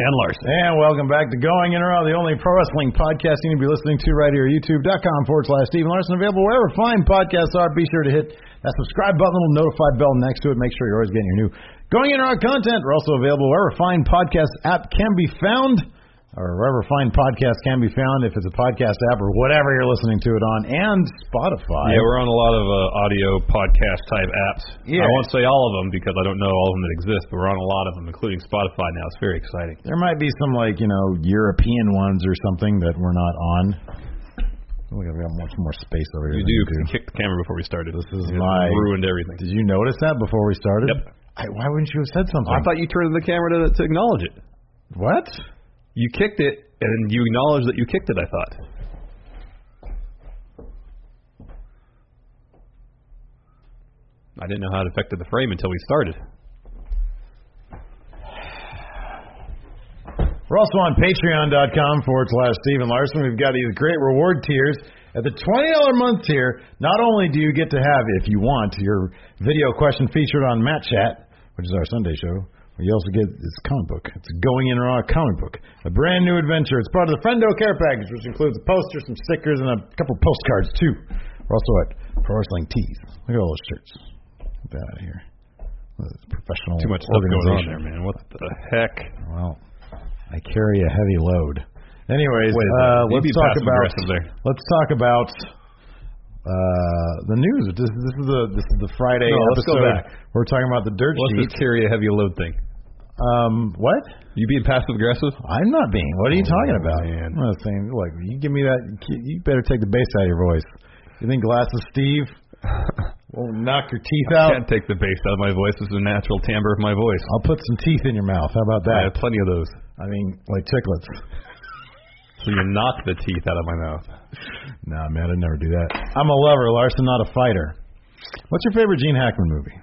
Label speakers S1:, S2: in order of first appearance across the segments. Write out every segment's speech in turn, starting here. S1: And Larson.
S2: And welcome back to Going In or Out, the only pro wrestling podcast you need to be listening to right here, youtube.com forward slash Steven Larson. Available wherever fine podcasts are. Be sure to hit that subscribe button, little notify bell next to it. Make sure you're always getting your new Going In or Out content. We're also available wherever fine podcast app can be found, or wherever fine podcast can be found, if it's a podcast app or whatever you're listening to it on, and Spotify.
S1: Yeah, we're on a lot of uh, audio podcast type apps.
S2: Yeah.
S1: I won't say all of them because I don't know all of them that exist, but we're on a lot of them, including Spotify now. It's very exciting.
S2: There might be some like you know European ones or something that we're not on. Oh, We got we got much more space over here. than
S1: You do
S2: we
S1: kick the camera before we started. This is
S2: my-
S1: ruined everything.
S2: Did you notice that before we started?
S1: Yep.
S2: I, why wouldn't you have said something?
S1: I thought you turned to the camera to, to acknowledge it.
S2: what?
S1: You kicked it, and you acknowledged that you kicked it. I thought. I didn't know how it affected the frame until we started.
S2: We're also on patreon.com forward slash Stephen Larson. We've got these great reward tiers. At the $20 a month tier, not only do you get to have, if you want, your video question featured on Matt Chat, which is our Sunday show, but you also get this comic book. It's a Going In Raw comic book. A brand new adventure. It's part of the Friendo Care Package, which includes a poster, some stickers, and a couple postcards, too. We're also at Pro Wrestling Tees. Look at all those shirts. Get that out of here. This is Professional
S1: Too much stuff going on
S2: organization.
S1: there, man. What the heck?
S2: Well, I carry a heavy load. Anyways,
S1: Wait
S2: uh,
S1: a minute. You'd
S2: let's
S1: be
S2: talk
S1: passive
S2: about
S1: aggressive there.
S2: let's talk about uh, the news. This, this is the this is the Friday
S1: No, let's go
S2: episode.
S1: back.
S2: We're talking about the dirt
S1: Let's
S2: sheet.
S1: just carry a heavy load thing.
S2: Um, what?
S1: You being passive aggressive?
S2: I'm not being. What are you talking about?
S1: Oh, man.
S2: I'm not saying. Look, you give me that. You better take the bass out of your voice. You think glasses, Steve? will knock your teeth
S1: I
S2: out.
S1: can't take the bass out of my voice. This is the natural timbre of my voice.
S2: I'll put some teeth in your mouth. How about
S1: I
S2: that?
S1: have plenty of those.
S2: I mean, like chiclets.
S1: So you knock the teeth out of my mouth.
S2: Nah, man, I'd never do that. I'm a lover, Larson, not a fighter. What's your favorite Gene Hackman movie?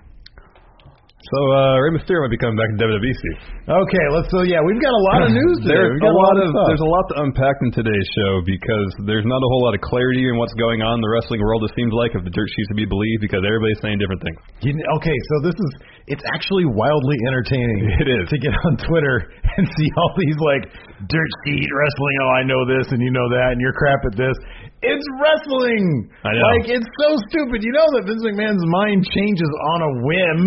S1: So uh, Rey Mysterio might be coming back in WWE soon.
S2: Okay, let's. So yeah, we've got a lot of news today.
S1: There's
S2: We've got
S1: a lot of
S2: stuff.
S1: there's a lot to unpack in today's show because there's not a whole lot of clarity in what's going on in the wrestling world. It seems like if the dirt sheets to be believed because everybody's saying different things.
S2: You kn- okay, so this is it's actually wildly entertaining.
S1: It is.
S2: to get on Twitter and see all these like dirt sheet wrestling. Oh, I know this and you know that and you're crap at this. It's wrestling.
S1: I know.
S2: Like it's so stupid. You know that Vince McMahon's mind changes on a whim.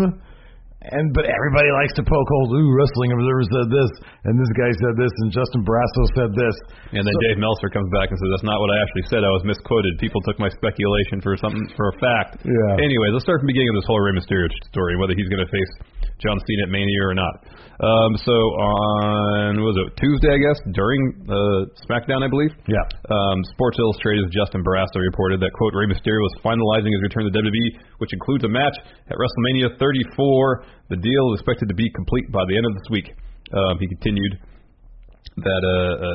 S2: And but everybody likes to poke holes. Ooh, wrestling observer said this, and this guy said this, and Justin Brasso said this.
S1: And then Dave Meltzer comes back and says, "That's not what I actually said. I was misquoted. People took my speculation for something for a fact."
S2: Yeah.
S1: Anyways, let's start from the beginning of this whole Rey Mysterio story, whether he's going to face John Cena at Mania or not. Um, so on what was it Tuesday, I guess, during uh, SmackDown, I believe.
S2: Yeah.
S1: Um, Sports Illustrated's Justin Barrasso reported that quote Rey Mysterio is finalizing his return to WWE, which includes a match at WrestleMania 34. The deal is expected to be complete by the end of this week. Um, he continued that uh, uh,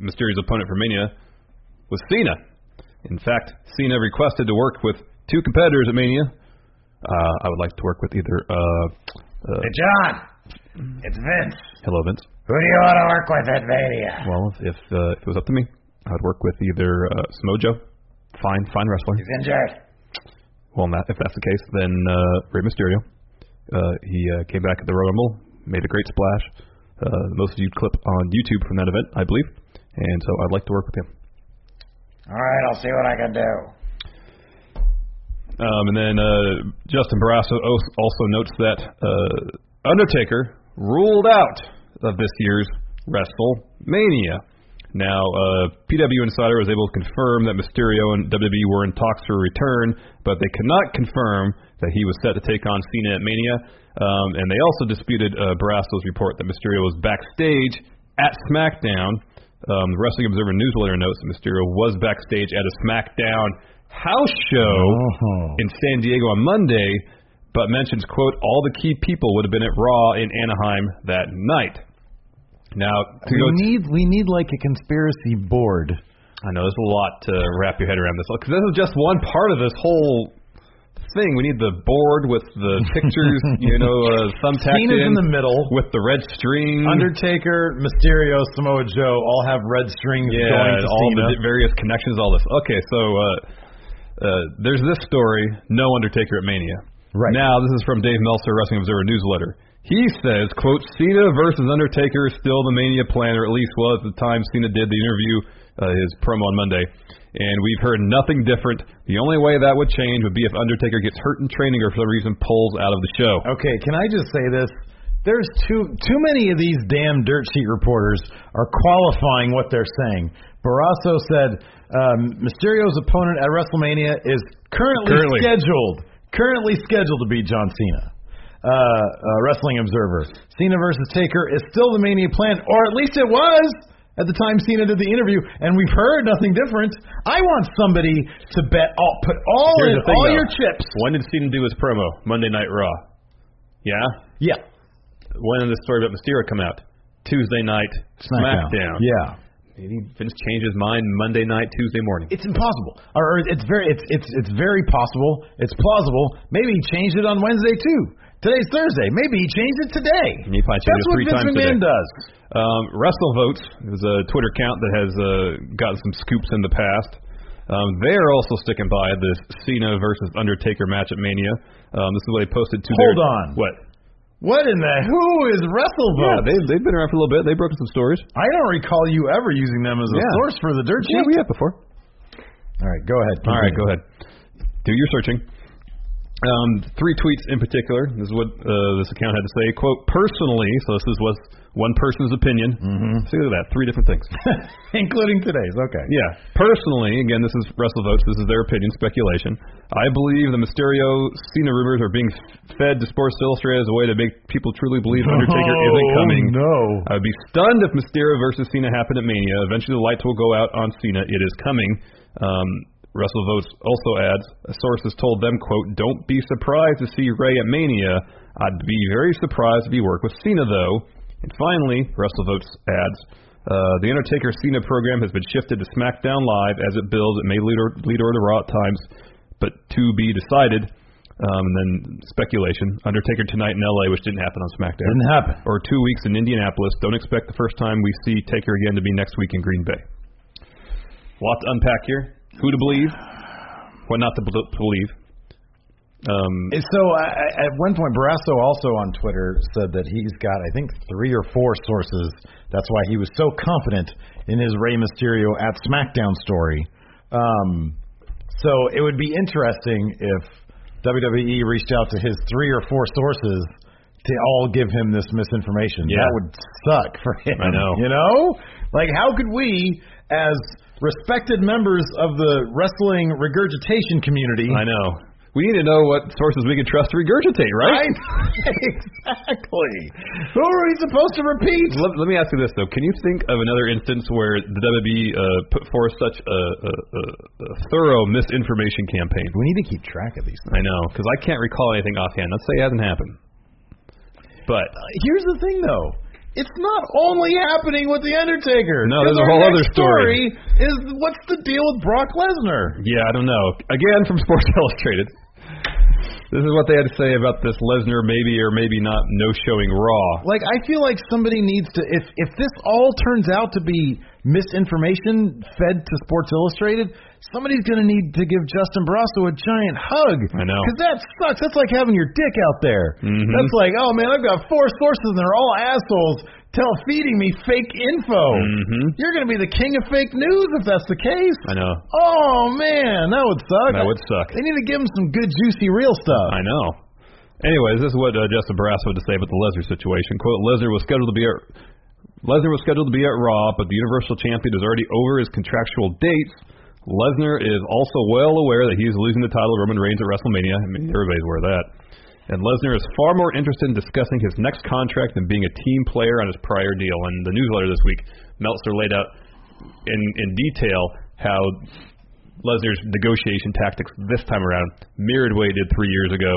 S1: Mysterio's opponent for Mania was Cena. In fact, Cena requested to work with two competitors at Mania. Uh, I would like to work with either. Uh, uh,
S2: Hey, John, it's Vince.
S1: hello, Vince.
S2: Who do you want to work with at Mania?
S1: Well, if if, uh, if it was up to me, I would work with either uh, Samojo, fine, fine wrestler.
S2: He's injured.
S1: Well, Matt, if that's the case, then uh, Rey Mysterio. Uh, he uh, came back at the Royal Rumble, made a great splash. uh, most viewed clip on YouTube from that event, I believe. And so I'd like to work with him.
S2: All right, I'll see what I can do.
S1: Um, and then uh, Justin Barrasso al- also notes that uh, Undertaker ruled out of this year's WrestleMania. Now, uh, PW Insider was able to confirm that Mysterio and WWE were in talks for a return, but they could not confirm that he was set to take on Cena at Mania. Um, and they also disputed uh, Barrasso's report that Mysterio was backstage at SmackDown. Um, the Wrestling Observer newsletter notes that Mysterio was backstage at a SmackDown house show
S2: Oh.
S1: in San Diego on Monday, but mentions, quote, all the key people would have been at Raw in Anaheim that night. Now, to
S2: We
S1: go to-
S2: need we need like a conspiracy board.
S1: I know there's a lot to wrap your head around this, because this is just one part of this whole thing. We need the board with the pictures, you know, uh, thumbtacked
S2: Cena's in the middle.
S1: with the red string.
S2: Undertaker, Mysterio, Samoa Joe all have red strings
S1: yeah,
S2: going to
S1: all
S2: Cena.
S1: the di- various connections, all this. Okay, so uh, uh, there's this story, no Undertaker at Mania.
S2: Right.
S1: Now, this is from Dave Meltzer, Wrestling Observer newsletter. He says, quote, Cena versus Undertaker is still the Mania plan, or at least was at the time Cena did the interview, uh, his promo on Monday. And we've heard nothing different. The only way that would change would be if Undertaker gets hurt in training or for some reason pulls out of the show.
S2: Okay, can I just say this? There's too too many of these damn dirt sheet reporters are qualifying what they're saying. Barrasso said um, Mysterio's opponent at WrestleMania is currently,
S1: Currently.
S2: scheduled currently scheduled to be John Cena. Uh, uh, Wrestling Observer: Cena versus Taker is still the Mania plan, or at least it was at the time Cena did the interview, and we've heard nothing different. I want somebody to bet all, put all
S1: Here's
S2: in
S1: the thing,
S2: all
S1: though.
S2: your chips.
S1: When did Cena do his promo? Monday Night Raw. Yeah?
S2: Yeah,
S1: when did the story about Mysterio come out? Tuesday night SmackDown.
S2: SmackDown. Yeah.
S1: Maybe Vince changed his mind Monday night, Tuesday morning.
S2: It's impossible, or or it's very, it's it's it's very possible. It's plausible. Maybe he changed it on Wednesday too. Today's Thursday. Maybe he changed it today.
S1: He probably changed
S2: That's
S1: it
S2: what
S1: three
S2: Vince
S1: times
S2: McMahon
S1: today.
S2: does.
S1: Um, WrestleVotes is a Twitter account that has uh, gotten some scoops in the past. Um, they're also sticking by this Cena versus Undertaker match at Mania. Um, this is what they posted to their
S2: Hold on.
S1: what?
S2: What in the who is WrestleVote?
S1: Yeah, they they've been around for a little bit. They broke some stories.
S2: I don't recall you ever using them as a
S1: Yeah.
S2: source for the dirt sheet.
S1: Yeah, we have before.
S2: All right, go ahead.
S1: All right, go ahead. Do your searching. Um, three tweets in particular. This is what uh, this account had to say. Quote, personally, so this is was one person's opinion. Mm-hmm. See look at that, three different things.
S2: including today's. Okay.
S1: yeah, personally, again, this is WrestleVotes. This is their opinion, speculation. I believe the Mysterio Cena rumors are being fed to Sports Illustrated as a way to make people truly believe Undertaker
S2: Oh,
S1: isn't coming.
S2: No.
S1: I would be stunned if Mysterio versus Cena happened at Mania. Eventually, the lights will go out on Cena. It is coming. Um, Russell Votes also adds, a source has told them, quote, don't be surprised to see Ray at Mania. I'd be very surprised if he worked with Cena, though. And finally, Russell Votes adds, uh, the Undertaker Cena program has been shifted to SmackDown Live. As it builds, it may lead or, lead or to Raw at times, but to be decided. Um, and then speculation. Undertaker tonight in LA, which didn't happen on SmackDown
S2: Didn't happen.
S1: or two weeks in Indianapolis. Don't expect the first time we see Taker again to be next week in Green Bay. Lot to unpack here. Who to believe, what not to bel- believe. Um,
S2: So I, I- at one point, Barrasso also on Twitter said that he's got, I think, three or four sources. That's why he was so confident in his Rey Mysterio at SmackDown story. Um, so it would be interesting if WWE reached out to his three or four sources to all give him this misinformation.
S1: Yeah.
S2: That would suck for him.
S1: I know.
S2: You know? Like, how could we, as respected members of the wrestling regurgitation community,
S1: I know. We need to know what sources we can trust to regurgitate, right?
S2: Right? exactly. Who are we supposed to repeat?
S1: Let, let me ask you this though: Can you think of another instance where the WWE uh, put forth such a, a, a, a thorough misinformation campaign?
S2: We need to keep track of these things.
S1: I know, because I can't recall anything offhand. Let's say it hasn't happened, but
S2: Here's the thing, though. It's not only happening with The Undertaker.
S1: No, there's
S2: 'Cause
S1: a
S2: our
S1: whole
S2: next
S1: other story.
S2: story Is what's the deal with Brock Lesnar?
S1: Yeah, I don't know. Again, from Sports Illustrated. This is what they had to say about this Lesnar maybe or maybe not no showing Raw.
S2: Like, I feel like somebody needs to. If if this all turns out to be misinformation fed to Sports Illustrated, somebody's going to need to give Justin Barrasso a giant hug.
S1: I know. Mm-hmm.
S2: Because that sucks. That's like having your dick out there. That's like, oh man, I've got four sources and they're all assholes. tell feeding me fake info.
S1: Mm-hmm.
S2: You're going to be the king of fake news if that's the case.
S1: I know.
S2: Oh man, that would suck.
S1: That would suck.
S2: They need to give him some good juicy real stuff.
S1: Uh, I know. Anyways, this is what uh, Justin Barrasso had to say about the Lesnar situation. "Quote: Lesnar was scheduled to be at Lesnar was scheduled to be at Raw, but the Universal Champion is already over his contractual dates. Lesnar is also well aware that he is losing the title to Roman Reigns at WrestleMania. I mean, everybody's aware of that. And Lesnar is far more interested in discussing his next contract than being a team player on his prior deal. In the newsletter this week, Meltzer laid out in in detail how Lesnar's negotiation tactics this time around mirrored what he did three years ago.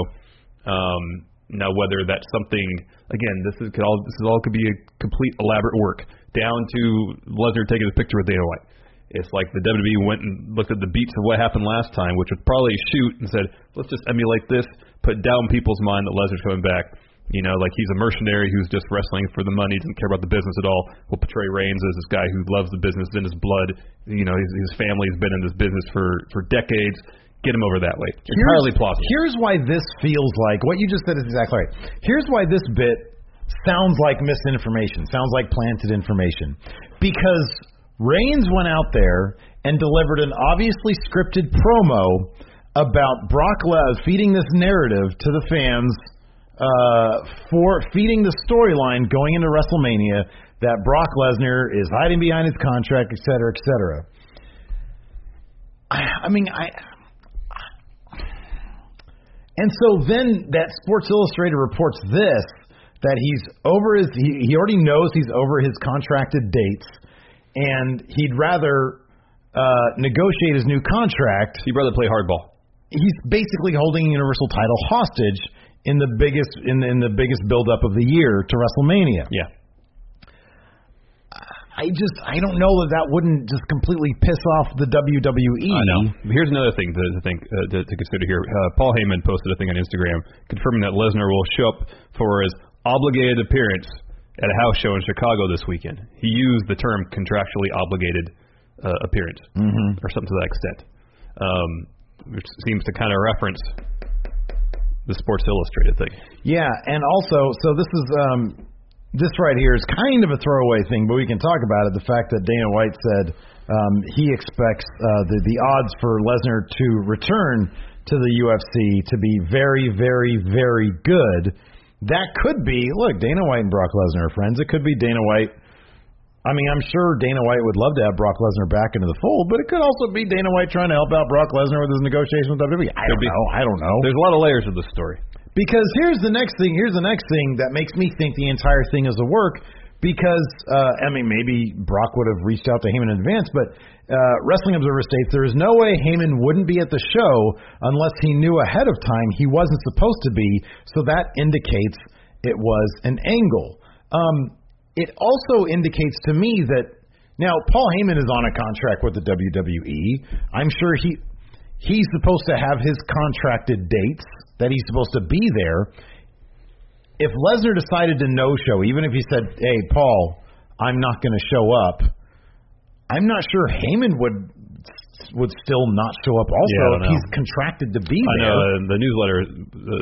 S1: Um, now, whether that's something again, this is could all this is all could be a complete elaborate work down to Lesnar taking a picture with Dana White. It's like the WWE went and looked at the beats of what happened last time, which was probably a shoot, and said, let's just emulate this, put down people's mind that Lesnar's coming back. You know, like he's a mercenary who's just wrestling for the money, doesn't care about the business at all. We'll portray Reigns as this guy who loves the business in his blood. You know, his, his family's been in this business for for decades. Get him over that way. Entirely plausible.
S2: Here's why this feels like what you just said is exactly right. Here's why this bit sounds like misinformation, sounds like planted information. Because Reigns went out there and delivered an obviously scripted promo about Brock Lesnar feeding this narrative to the fans uh, for feeding the storyline going into WrestleMania that Brock Lesnar is hiding behind his contract, et cetera, et cetera. I, I mean, I. And so then that Sports Illustrated reports this that he's over his he, he already knows he's over his contracted dates and he'd rather uh, negotiate his new contract.
S1: He'd rather play hardball.
S2: He's basically holding Universal title hostage in the biggest in, in the biggest buildup of the year to WrestleMania.
S1: Yeah.
S2: I just I don't know that that wouldn't just completely piss off the E. WWE.
S1: I know. Um, Here's another thing to, to think uh, to, to consider here. Uh, Paul Heyman posted a thing on Instagram confirming that Lesnar will show up for his obligated appearance at a house show in Chicago this weekend. He used the term contractually obligated uh, appearance or something to that extent, um, which seems to kind of reference the Sports Illustrated thing.
S2: Yeah, and also, so this is um, this right here is kind of a throwaway thing, but we can talk about it. The fact that Dana White said um, he expects uh, the the odds for Lesnar to return to the UFC to be very, very, very good. That could be look, Dana White and Brock Lesnar are friends. It could be Dana White. I mean, I'm sure Dana White would love to have Brock Lesnar back into the fold, but it could also be Dana White trying to help out Brock Lesnar with his negotiations with WWE. I don't
S1: be.
S2: know. I don't know.
S1: There's a lot of layers of this story.
S2: Because here's the next thing. Here's the next thing that makes me think the entire thing is a work. Because uh, I mean, maybe Brock would have reached out to Heyman in advance, but uh, Wrestling Observer states there is no way Heyman wouldn't be at the show unless he knew ahead of time he wasn't supposed to be. So that indicates it was an angle. Um, it also indicates to me that now Paul Heyman is on a contract with the WWE. I'm sure he he's supposed to have his contracted dates that he's supposed to be there. If Lesnar decided to no show, even if he said, "Hey, Paul, I'm not going to show up," I'm not sure Heyman would would still not show up. Also,
S1: Yeah, I don't
S2: if
S1: know.
S2: he's contracted to be
S1: I
S2: there.
S1: know uh, the newsletter uh,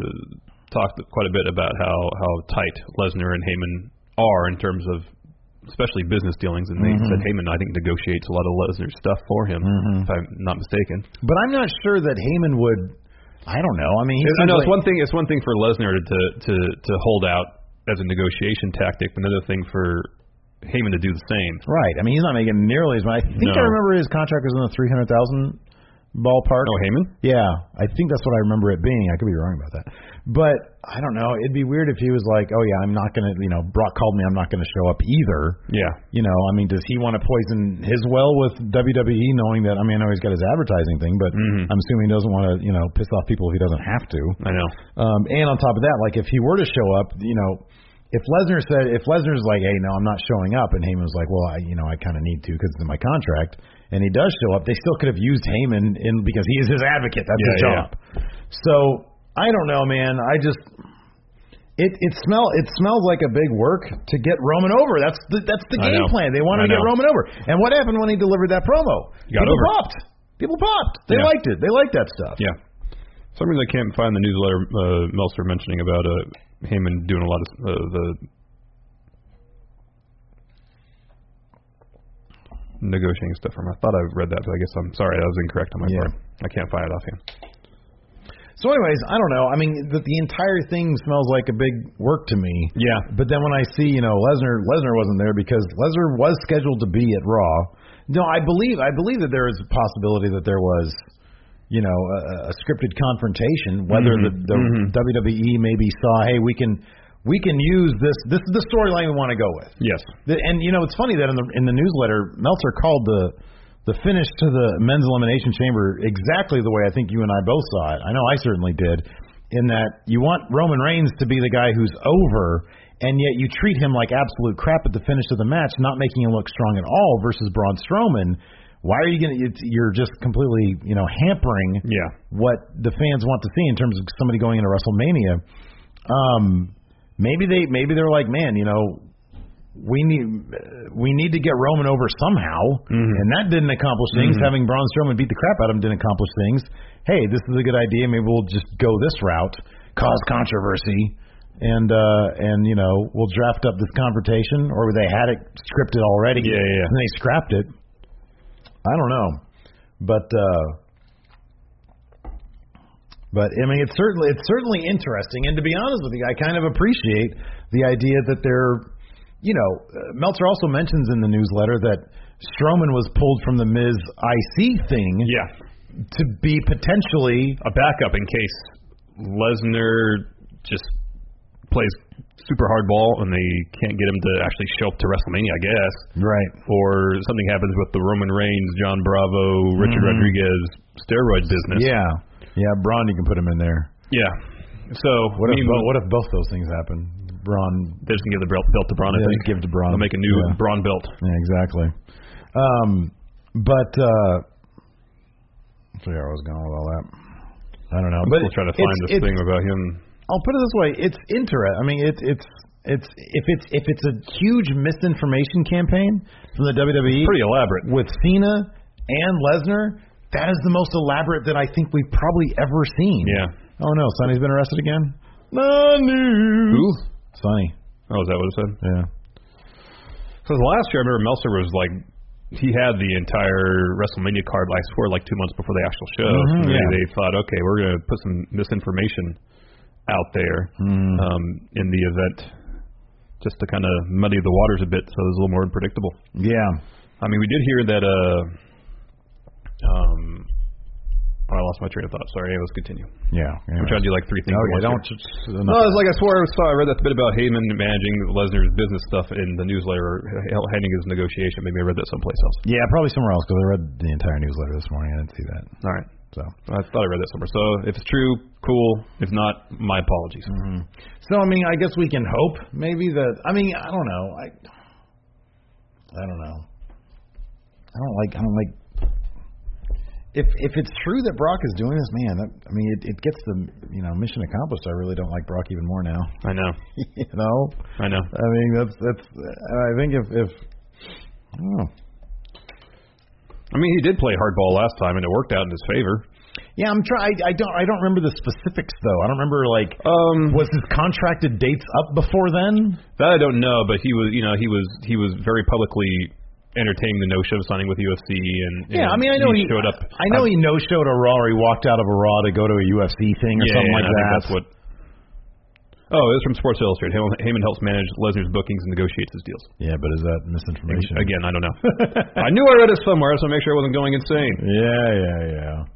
S1: talked quite a bit about how how tight Lesnar and Heyman are in terms of especially business dealings, and they said Heyman I think negotiates a lot of Lesnar's stuff for him, if I'm not mistaken.
S2: But I'm not sure that Heyman would. I don't know. I mean, he
S1: I
S2: seems
S1: know
S2: like,
S1: it's one thing. It's one thing for Lesnar to to to hold out as a negotiation tactic. Another thing for Heyman to do the same.
S2: right. I mean, he's not making nearly as much. I think I
S1: No.
S2: remember his contract was in the three hundred thousand ballpark.
S1: Oh, Heyman.
S2: Yeah, I think that's what I remember it being. I could be wrong about that, but I don't know. It'd be weird if he was like, "Oh yeah, I'm not gonna," you know, Brock called me, I'm not gonna show up either.
S1: Yeah.
S2: You know, I mean, does he want to poison his well with WWE, knowing that I mean, I know he's got his advertising thing, but I'm assuming he doesn't want to, you know, piss off people if he doesn't have to.
S1: I know.
S2: Um, and on top of that, like if he were to show up, you know, if Lesnar said, if Lesnar's like, hey, no, I'm not showing up, and Heyman's like, well, I, you know, I kind of need to because it's in my contract, and he does show up, they still could have used Heyman in because he is his advocate. That's his
S1: Yeah, yeah.
S2: job. So I don't know, man. I just it it smell it smells like a big work to get Roman over. That's the that's the
S1: I
S2: game
S1: know.
S2: plan. They wanted to get
S1: I know.
S2: Roman over. And what happened when he delivered that promo?
S1: He got
S2: People
S1: over.
S2: popped. People popped. They
S1: Yeah.
S2: liked it. They liked that stuff.
S1: Yeah. For some reason I can't find the newsletter uh, Meltzer mentioning about uh, Heyman doing a lot of uh, the negotiating stuff from. I thought I read that, but I guess I'm sorry. That was incorrect on my
S2: Yeah.
S1: part. I can't find it offhand.
S2: So, anyways, I don't know. I mean, the, the entire thing smells like a big work to me.
S1: Yeah.
S2: But then when I see, you know, Lesnar Lesnar wasn't there because Lesnar was scheduled to be at Raw. No, I believe I believe that there is a possibility that there was, you know, a, a scripted confrontation. Whether the, the WWE maybe saw, hey, we can we can use this this is the storyline we want to go with.
S1: Yes.
S2: The, and you know, it's funny that in the in the newsletter, Meltzer called the the finish to the men's elimination chamber exactly the way I think you and I both saw it. I know I certainly did. In that you want Roman Reigns to be the guy who's over, and yet you treat him like absolute crap at the finish of the match, not making him look strong at all. Versus Braun Strowman, why are you gonna? It's, you're just completely, you know, hampering
S1: Yeah.
S2: what the fans want to see in terms of somebody going into WrestleMania. Um, maybe they maybe they're like, man, you know, we need we need to get Roman over somehow,
S1: Mm-hmm.
S2: and that didn't accomplish things. Having Braun Strowman beat the crap out of him didn't accomplish things. Hey, this is a good idea. Maybe we'll just go this route, cause controversy, and uh, and you know we'll draft up this confrontation, or they had it scripted already,
S1: Yeah, yeah, yeah.
S2: and they scrapped it. I don't know, but uh, but I mean it's certainly it's certainly interesting, and to be honest with you, I kind of appreciate the idea that they're you know, uh, Meltzer also mentions in the newsletter that Strowman was pulled from the Miz IC thing
S1: Yeah.
S2: to be potentially.
S1: A backup in case Lesnar just plays super hardball and they can't get him to actually show up to WrestleMania, I guess.
S2: Right.
S1: Or something happens with the Roman Reigns, John Bravo, Richard Rodriguez steroid business.
S2: Mm-hmm. Yeah. Yeah, Braun, you can put him in there.
S1: Yeah. So
S2: What
S1: I
S2: if,
S1: mean,
S2: bo- what if both those things happen? Braun.
S1: they just can give the belt, belt to Braun.
S2: Yeah,
S1: I think
S2: just give it to Braun.
S1: They'll make a new
S2: Yeah.
S1: Braun belt.
S2: Yeah, exactly. Um, but uh, I forgot where I was going with all that. I don't know.
S1: I'm
S2: but
S1: still trying to
S2: it's-
S1: find this
S2: it's-
S1: thing about him.
S2: I'll put it this way: it's interest. I mean, it's it's it's if it's if it's a huge misinformation campaign from the WWE,
S1: Pretty elaborate.
S2: with Cena and Lesnar. That is the most elaborate that I think we've probably ever seen.
S1: Yeah.
S2: Oh no, Sonny's been arrested again. No news.
S1: Who?
S2: Sonny.
S1: Oh, is that what it said?
S2: Yeah.
S1: Because last year, I remember Meltzer was like, he had the entire WrestleMania card, I swear, like two months before the actual show.
S2: Mhm,
S1: so maybe
S2: yeah.
S1: they thought, okay, we're going to put some misinformation out there
S2: Mm.
S1: um, in the event just to kind of muddy the waters a bit so it was a little more unpredictable.
S2: Yeah.
S1: I mean, we did hear that. Uh, um, oh, I lost my train of thought. Sorry, let's continue. I'm
S2: Yeah. Anyways.
S1: trying to do like three things. at
S2: okay.
S1: once
S2: Don't.
S1: here.
S2: just-
S1: No,
S2: enough.
S1: it's like I swore I saw. I read that bit about Heyman managing Lesnar's business stuff in the newsletter, h- handing his negotiation. Maybe I read that someplace else.
S2: Yeah, probably somewhere else because I read the entire newsletter this morning. I didn't see that.
S1: All right,
S2: So.
S1: I thought I read that somewhere. So if it's true, cool. If not, my apologies.
S2: Mm-hmm. So I mean, I guess we can hope maybe that. I mean, I don't know. I I don't know. I don't like. I don't like. If if it's true that Brock is doing this, man, that, I mean, it, it gets the you know mission accomplished. I really don't like Brock even more now.
S1: I know,
S2: you know,
S1: I know.
S2: I mean, that's that's. I think if if. I don't know.
S1: I mean, he did play hardball last time, and it worked out in his favor.
S2: Yeah, I'm trying. I don't. I don't remember the specifics though. I don't remember like.
S1: Um,
S2: was his contracted dates up before then?
S1: That I don't know, but he was, you know, he was he was very publicly entertaining the notion of signing with UFC, and you
S2: Yeah, I mean, I know he,
S1: showed up.
S2: I know he no showed a Raw or he walked out of a Raw to go to a UFC thing or
S1: yeah,
S2: something
S1: yeah,
S2: like
S1: I think
S2: that.
S1: that's what. Oh, it was from Sports Illustrated. Heyman Heyman helps manage Lesnar's bookings and negotiates his deals.
S2: yeah, but is that misinformation?
S1: Again, I don't know. I knew I read it somewhere, so make sure I wasn't going insane.
S2: Yeah, yeah, yeah.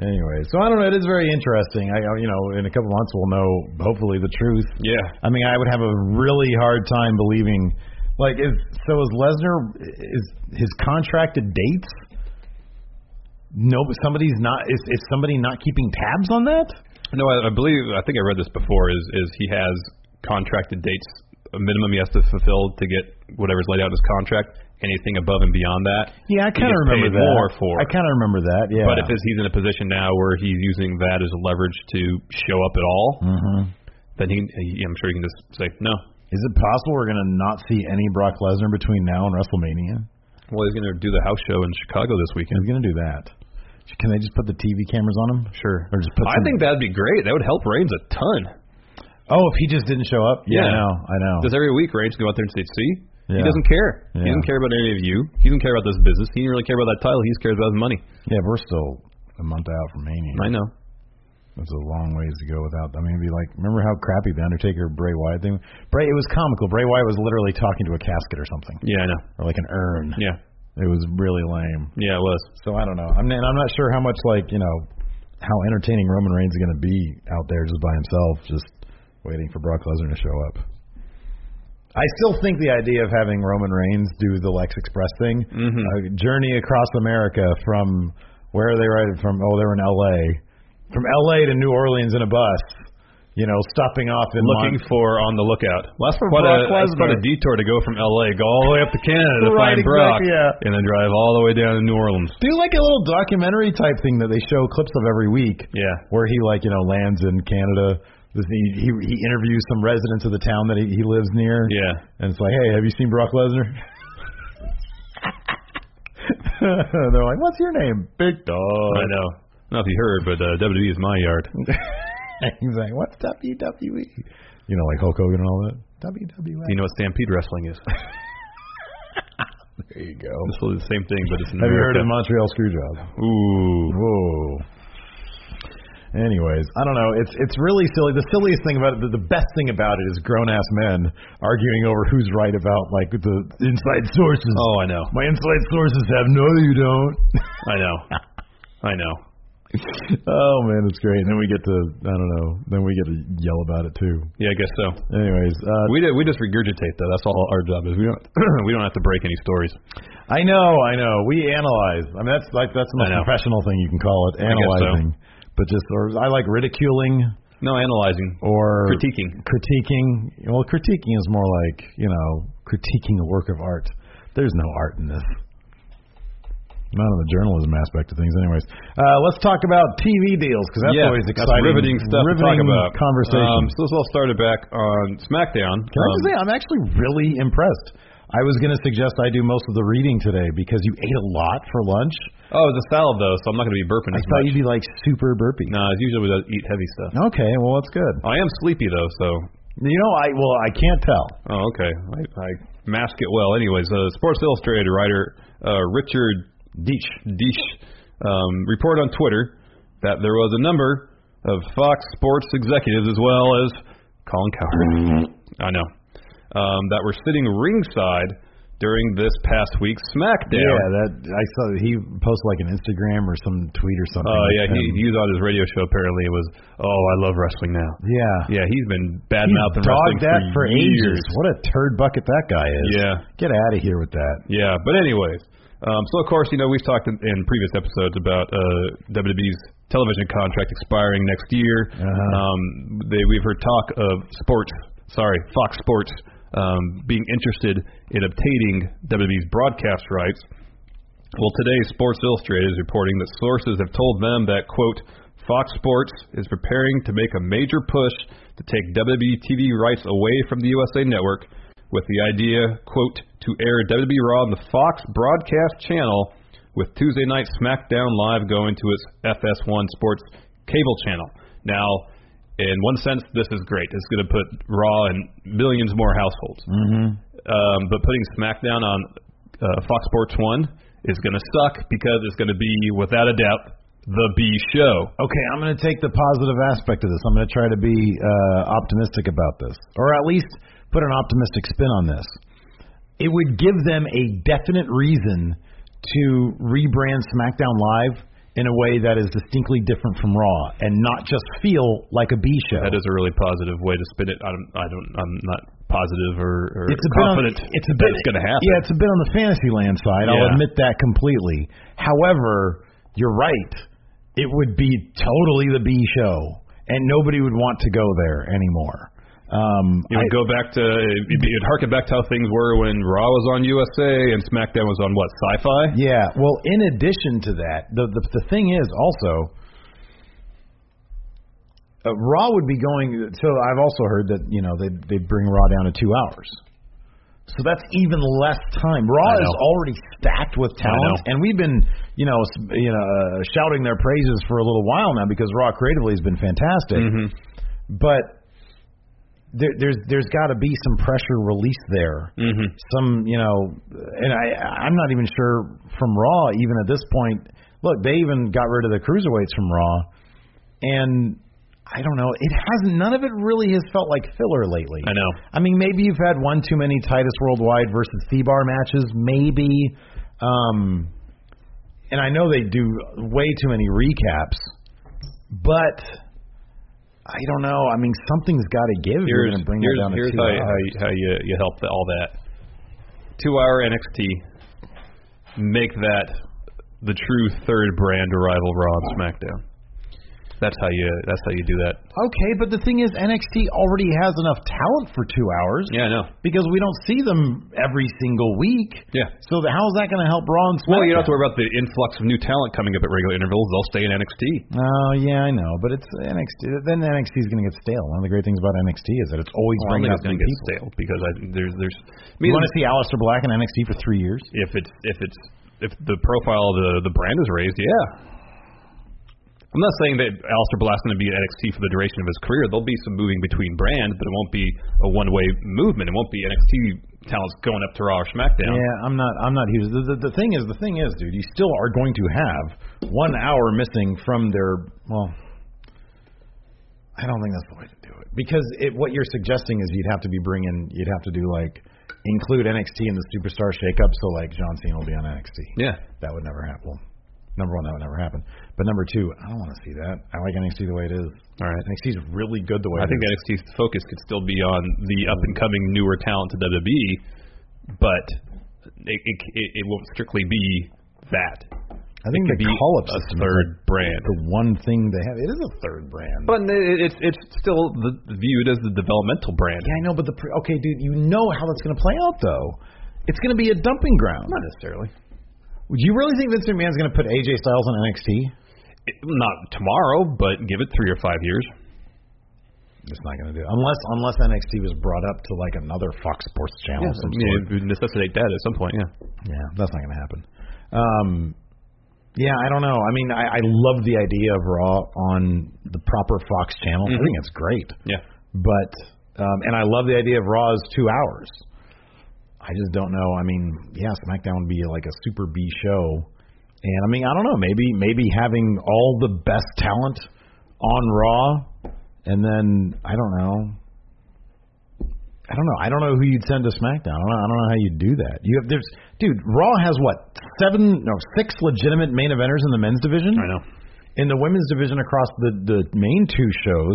S2: Anyway, so I don't know. It is very interesting. I, I- you know, in a couple months we'll know hopefully the truth.
S1: Yeah,
S2: I mean, I would have a really hard time believing. Like, is so is Lesnar? Is his contracted dates? No, but somebody's not. Is is somebody not keeping tabs on that?
S1: no, I, I believe I think I read this before. Is is he has contracted dates, a minimum he has to fulfill to get whatever's laid out in his contract. Anything above and beyond that,
S2: Yeah, I
S1: he
S2: kind of
S1: gets
S2: remember
S1: paid
S2: that.
S1: more for.
S2: I kind of remember that. Yeah.
S1: But if it's, he's in a position now where he's using that as leverage to show up at all, then he, he, I'm sure he can just say no.
S2: Is it possible we're going to not see any Brock Lesnar between now and WrestleMania?
S1: Well, he's going to do the house show in Chicago this weekend.
S2: He's going to do that. Can they just put the TV cameras on him?
S1: Sure.
S2: Or just put
S1: I
S2: some-
S1: think that'd be great. That would help Reigns a ton.
S2: Oh, if he just didn't show up?
S1: Yeah.
S2: I know. I know.
S1: Because every week Reigns go out there and say, "See, He
S2: Yeah.
S1: doesn't care. He
S2: Yeah.
S1: doesn't care about any of you. He doesn't care about this business. He didn't really care about that title. He just cares about his money.
S2: Yeah, we're still a month out from Mania.
S1: I know.
S2: That's a long ways to go without. I mean, it'd be like, remember how crappy the Undertaker Bray Wyatt thing? Bray, it was comical. Bray Wyatt was literally talking to a casket or something,
S1: Yeah, I know.
S2: or like an urn.
S1: Yeah.
S2: It was really lame.
S1: Yeah, it was.
S2: So I don't know. I'm, and I'm not sure how much like you know how entertaining Roman Reigns is going to be out there just by himself, just waiting for Brock Lesnar to show up. I still think the idea of having Roman Reigns do the Lex Express thing, a journey across America from where are they right from? Oh, they were in L.A. From L.A. to New Orleans in a bus. You know, stopping off and
S1: Looking for on the lookout. Well, that's
S2: for
S1: quite
S2: Brock
S1: a, that's quite a
S2: Lesnar.
S1: detour to go from L.A., go all the way up to Canada to
S2: Right,
S1: find Brock,
S2: exactly, yeah.
S1: and then drive all the way down to New Orleans.
S2: do like a little documentary type thing that they show clips of every week.
S1: Yeah.
S2: where he like you know lands in Canada. This- He he, he interviews some residents of the town that he, he lives near.
S1: Yeah.
S2: and it's like, hey, have you seen Brock Lesnar? They're like, what's your name, Big Dog?
S1: Oh, I know. I don't know if you heard, but uh, WWE is my yard.
S2: He's like, what's E?" WWE? You know, like Hulk Hogan and all that. WWE.
S1: You know what Stampede Wrestling is?
S2: there you go.
S1: This is the same thing, but it's in
S2: Have you heard
S1: America.
S2: of Montreal Screwjob?
S1: Ooh.
S2: Whoa. Anyways, I don't know. It's it's really silly. The silliest thing about it, the, the best thing about it, is grown ass men arguing over who's right about like the inside sources.
S1: Oh, I know.
S2: My inside sources have no, you don't.
S1: I know. I know.
S2: oh man, it's great. And then we get to I don't know. Then we get to yell about it too.
S1: Yeah, I guess so.
S2: Anyways, uh,
S1: We do, we just regurgitate though. That's all our job is. We don't we don't have to break any stories.
S2: I know, I know. We analyze. I mean, that's like that's the most
S1: I know.
S2: professional thing you can call it,
S1: guess so.
S2: analyzing. But just or I like ridiculing
S1: No analyzing.
S2: or
S1: Critiquing.
S2: critiquing. Well, critiquing is more like you know critiquing a work of art. There's no art in this. None of the journalism aspect of things, anyways. Uh, let's talk about TV deals because that's
S1: yeah,
S2: always
S1: that's
S2: exciting,
S1: riveting stuff
S2: riveting
S1: to talk about. Um,
S2: Conversation.
S1: so this all started back on
S2: Can
S1: SmackDown.
S2: I
S1: Um,
S2: just say I'm actually really impressed. I was going to suggest I do most of the reading today because you ate a lot for lunch.
S1: oh, it's a salad though, so I'm not going to be burping.
S2: I
S1: as
S2: thought
S1: much.
S2: you'd be like super burpy.
S1: No, it's usually we eat heavy stuff.
S2: Okay, well that's good.
S1: I am sleepy though, so
S2: You know, I well I can't tell.
S1: oh okay. I, I mask it well. Anyways, uh, Sports Illustrated writer uh, Richard Deach Deach um, reported on Twitter that there was a number of Fox Sports executives as well as Colin Cowherd. I know um, that were sitting ringside during this past week's SmackDown.
S2: Yeah, that I saw. He posted like an Instagram or some tweet or something.
S1: Oh
S2: with
S1: yeah, he,
S2: him.
S1: he was on his radio show. Apparently, it was oh, I love wrestling now.
S2: yeah,
S1: Yeah, he's been bad
S2: He's
S1: mouthing
S2: dogged
S1: wrestling
S2: that for,
S1: for,
S2: ages.
S1: years.
S2: What a turd bucket that guy is.
S1: Yeah,
S2: get out of here with that.
S1: yeah. But anyways, um, so of course you know we've talked in, in previous episodes about uh, WWE's television contract expiring next year.
S2: Uh-huh.
S1: Um, they, we've heard talk of sports, sorry, Fox Sports um, being interested in obtaining WWE's broadcast rights. Well, today Sports Illustrated is reporting that sources have told them that, quote, Fox Sports is preparing to make a major push to take WWE TV rights away from the USA Network with the idea, quote, to air WWE Raw on the Fox broadcast channel with Tuesday night SmackDown Live going to its FS1 Sports cable channel. Now, in one sense, this is great. It's going to put Raw in millions more households um, but putting SmackDown on uh, Fox Sports One is going to suck because it's going to be, without a doubt, the B show.
S2: Okay, I'm going to take the positive aspect of this. I'm going to try to be uh, optimistic about this, or at least put an optimistic spin on this. It would give them a definite reason to rebrand SmackDown Live in a way that is distinctly different from Raw, and not just feel like a B show.
S1: That is a really positive way to spin it. I don't, I don't, I'm not positive or, or
S2: it's a
S1: confident
S2: Bit on, it's a bit
S1: that it's going to happen.
S2: Yeah, it's a bit on the Fantasyland side. I'll
S1: Yeah.
S2: admit that completely. However, you're right. It would be totally the B show, and nobody would want to go there anymore. Um,
S1: It would
S2: I-
S1: go back to it'd, be, it'd harken back to how things were when Raw was on USA and SmackDown was on what Sci-Fi.
S2: yeah. Well, in addition to that, the the, the thing is also. Uh, Raw would be going. So I've also heard that you know they they bring Raw down to two hours. So that's even less time. Raw
S1: I
S2: is
S1: know.
S2: already stacked with talent,
S1: know.
S2: and we've been you know s- you know uh, shouting their
S1: Mm-hmm.
S2: praises for a little while now because Raw creatively has been fantastic. But there, there's there's got to be some pressure release there.
S1: Mhm.
S2: Some you know, and I I'm not even sure from Raw even at this point. Look, they even got rid of the cruiserweights from Raw, and I don't know. It has none of it really has felt like filler lately.
S1: I know.
S2: I mean, maybe you've had one too many Titus Worldwide versus T-Bar matches, maybe. Um, and I know they do way too many recaps, but I don't know. I mean, something's got to give. if You're
S1: Here's
S2: going to bring
S1: here's,
S2: that down
S1: here's
S2: to two
S1: how, you-
S2: hours.
S1: how you, how you you help the, all that. Two hour NXT. Make that the true third brand to rival Raw and SmackDown. That's how you that's how you do that.
S2: Okay, but the thing is, NXT already has enough talent for two hours.
S1: Yeah, I know.
S2: Because we don't see them every single week.
S1: Yeah.
S2: So the, how is that going to help Raw and SmackDown?
S1: Well, you don't have to worry about the influx of new talent coming up at regular intervals. They'll stay in NXT.
S2: Oh yeah, I know, but it's NXT. Then NXT is going to get stale. One of the great things about NXT is that it's always
S1: I don't
S2: bringing
S1: think
S2: up new
S1: it's going to get
S2: people.
S1: stale because I, there's there's. I
S2: You
S1: mean,
S2: want to see Aleister Black in NXT for three years?
S1: if it's if it's if the profile of the the brand is raised, yeah. I'm not saying that Alistair Black's going to be at NXT for the duration of his career. There'll be some moving between brands, but it won't be a one-way movement. It won't be NXT talents going up to Raw or SmackDown.
S2: Yeah, I'm not. I'm not huge. The, the, the thing is, the thing is, dude, you still are going to have one hour missing from their. Well, I don't think that's the way to do it because it, what you're suggesting is you'd have to be bringing. You'd have to do like include NXT in the Superstar Shakeup, so like John Cena will be on NXT.
S1: Yeah.
S2: That would never happen. Well, number one, that would never happen. But number two, I don't want to see that. I like NXT the way it is.
S1: All right.
S2: NXT's really good the way
S1: I
S2: it
S1: think
S2: is.
S1: NXT's focus could still be on the up-and-coming newer talent to WWE, but it it, it, it won't strictly be that.
S2: I think
S1: it
S2: the
S1: could be
S2: call-up
S1: a
S2: system is
S1: third brand.
S2: the one thing they have. It is a third brand.
S1: But it- it's it's still the, viewed as the developmental brand.
S2: Yeah, I know, but the pre- okay, dude, you know how that's going to play out though. It's going to be a dumping ground. Not necessarily. Do you really think Vince McMahon's going to put AJ Styles on NXT?
S1: It- not tomorrow, but give it three or five years.
S2: It's not going to do it. unless unless NXT was brought up to like another Fox Sports channel. of some
S1: I mean,
S2: sort.
S1: it would necessitate that at some point. Yeah,
S2: Yeah, that's not going to happen. Um, yeah, I don't know. I mean, I, I love the idea of Raw on the proper Fox channel. I think it's great.
S1: yeah.
S2: But um, and I love the idea of Raw is two hours. I just don't know. I mean, yeah, SmackDown would be like a super B show, and I mean, I don't know. Maybe maybe having all the best talent on Raw, and then I don't know. I don't know. I don't know who you'd send to SmackDown. I don't know, I don't know how you do that. You have there's dude. Raw has what seven no six legitimate main eventers in the men's division.
S1: I know.
S2: In the women's division across the the main two shows,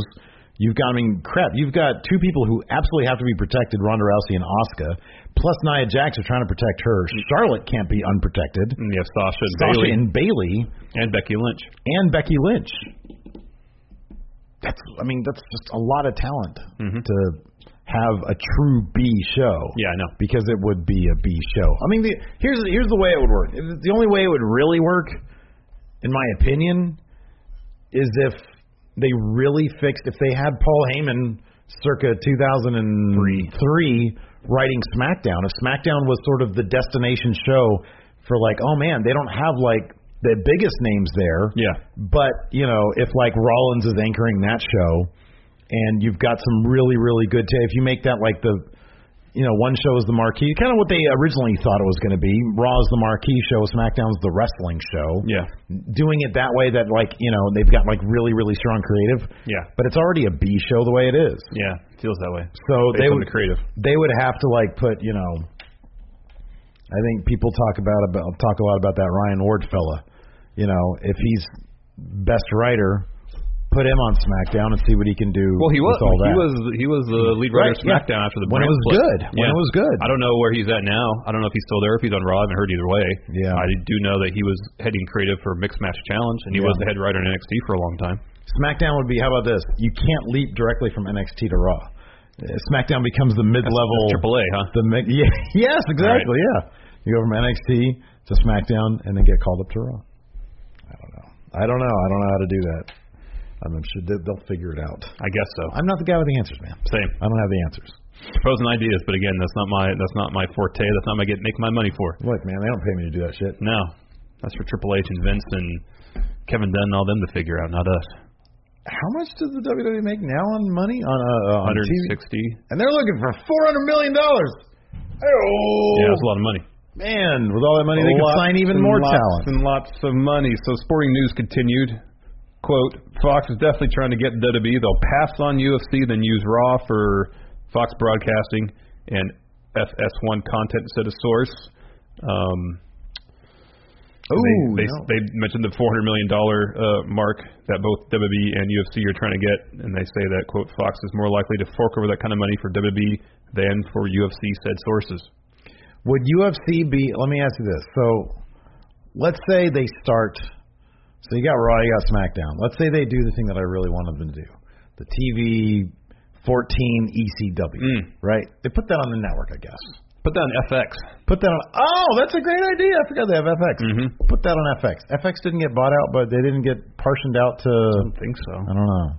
S2: you've got I mean crap, you've got two people who absolutely have to be protected, Ronda Rousey and Oscar. Plus Nia Jax is trying to protect her. Charlotte can't be unprotected.
S1: And you have Sasha and
S2: Sasha
S1: Bailey
S2: and Bailey
S1: and Becky Lynch.
S2: and Becky Lynch. That's I mean that's just a lot of talent to have a true B show.
S1: Yeah, I know.
S2: Because it would be a B show. I mean, the, here's here's the way it would work. If- The only way it would really work, in my opinion, is if they really fixed if they had Paul Heyman circa 2003 writing SmackDown. If SmackDown was sort of the destination show for like, oh man, they don't have like the biggest names there.
S1: Yeah.
S2: But, you know, if like Rollins is anchoring that show and you've got some really, really good ta- if you make that like the you know, one show is the marquee, kind of what they originally thought it was going to be. Raw is the marquee show, SmackDown's the wrestling show.
S1: Yeah.
S2: Doing it that way that like, you know, they've got like really, really strong creative.
S1: Yeah.
S2: But it's already a B show the way it is.
S1: Yeah, it feels that way.
S2: So
S1: Based
S2: they
S1: on
S2: would
S1: the creative.
S2: they would have to like put, you know, I think people talk about about talk a lot about that Ryan Ward fella. You know, if he's best writer, put him on SmackDown and see what he can do.
S1: Well, he was
S2: with all that.
S1: he was he was the lead
S2: Right,
S1: writer of
S2: yeah.
S1: SmackDown after the
S2: When it
S1: brand
S2: was
S1: split.
S2: good. When it was good.
S1: I don't know where he's at now. I don't know if he's still there. If he's on Raw, I haven't heard either way.
S2: Yeah.
S1: I do know that he was heading creative for Mixed Match Challenge, and he
S2: Yeah.
S1: was the head writer in NXT for a long time.
S2: SmackDown would be how about this? You can't leap directly from NXT to Raw. Uh, SmackDown becomes the mid level
S1: That's AAA, huh?
S2: The mid- yeah, yes, exactly. Yeah, you go from NXT to SmackDown and then get called up to Raw. I don't know. I don't know. I don't know how to do that. I'm sure they- they'll figure it out.
S1: I guess so.
S2: I'm not the guy with the answers, man.
S1: Same.
S2: I don't have the answers.
S1: proposing ideas, but again, that's not my that's not my forte. That's not my get make my money for.
S2: Look, man, they don't pay me to do that shit.
S1: No, that's for Triple H and Vince and Kevin Dunn and all them to figure out, not us.
S2: How much does the WWE make now on money on uh, uh, on TV?
S1: 160. Yeah,
S2: And they're looking for four hundred million dollars. Oh
S1: that's a lot of money.
S2: man! With all that money, they could
S1: Lots
S2: sign even
S1: and
S2: more
S1: lots
S2: talent.
S1: and lots of money. So sporting news continued. Quote, Fox is definitely trying to get WWE. E. They'll pass on UFC, then use Raw for Fox broadcasting and FS1 content instead of source. Um,
S2: Ooh,
S1: they, they,
S2: no.
S1: they mentioned the $400 million uh, mark that both WWE and UFC are trying to get, and they say that, quote, Fox is more likely to fork over that kind of money for WWE than for UFC, said sources.
S2: Would UFC be? Let me ask you this. So, let's say they start. So you got Raw, you got SmackDown. Let's say they do the thing that I really wanted them to do, the TV 14 ECW,
S1: Mm.
S2: E right? They put that on the network, I guess.
S1: Put down FX.
S2: Put that on. Oh, that's a great idea. I forgot they have FX.
S1: Mhm.
S2: Put that on FX. FX didn't get bought out, but they didn't get portioned out to.
S1: I don't think so.
S2: I don't know.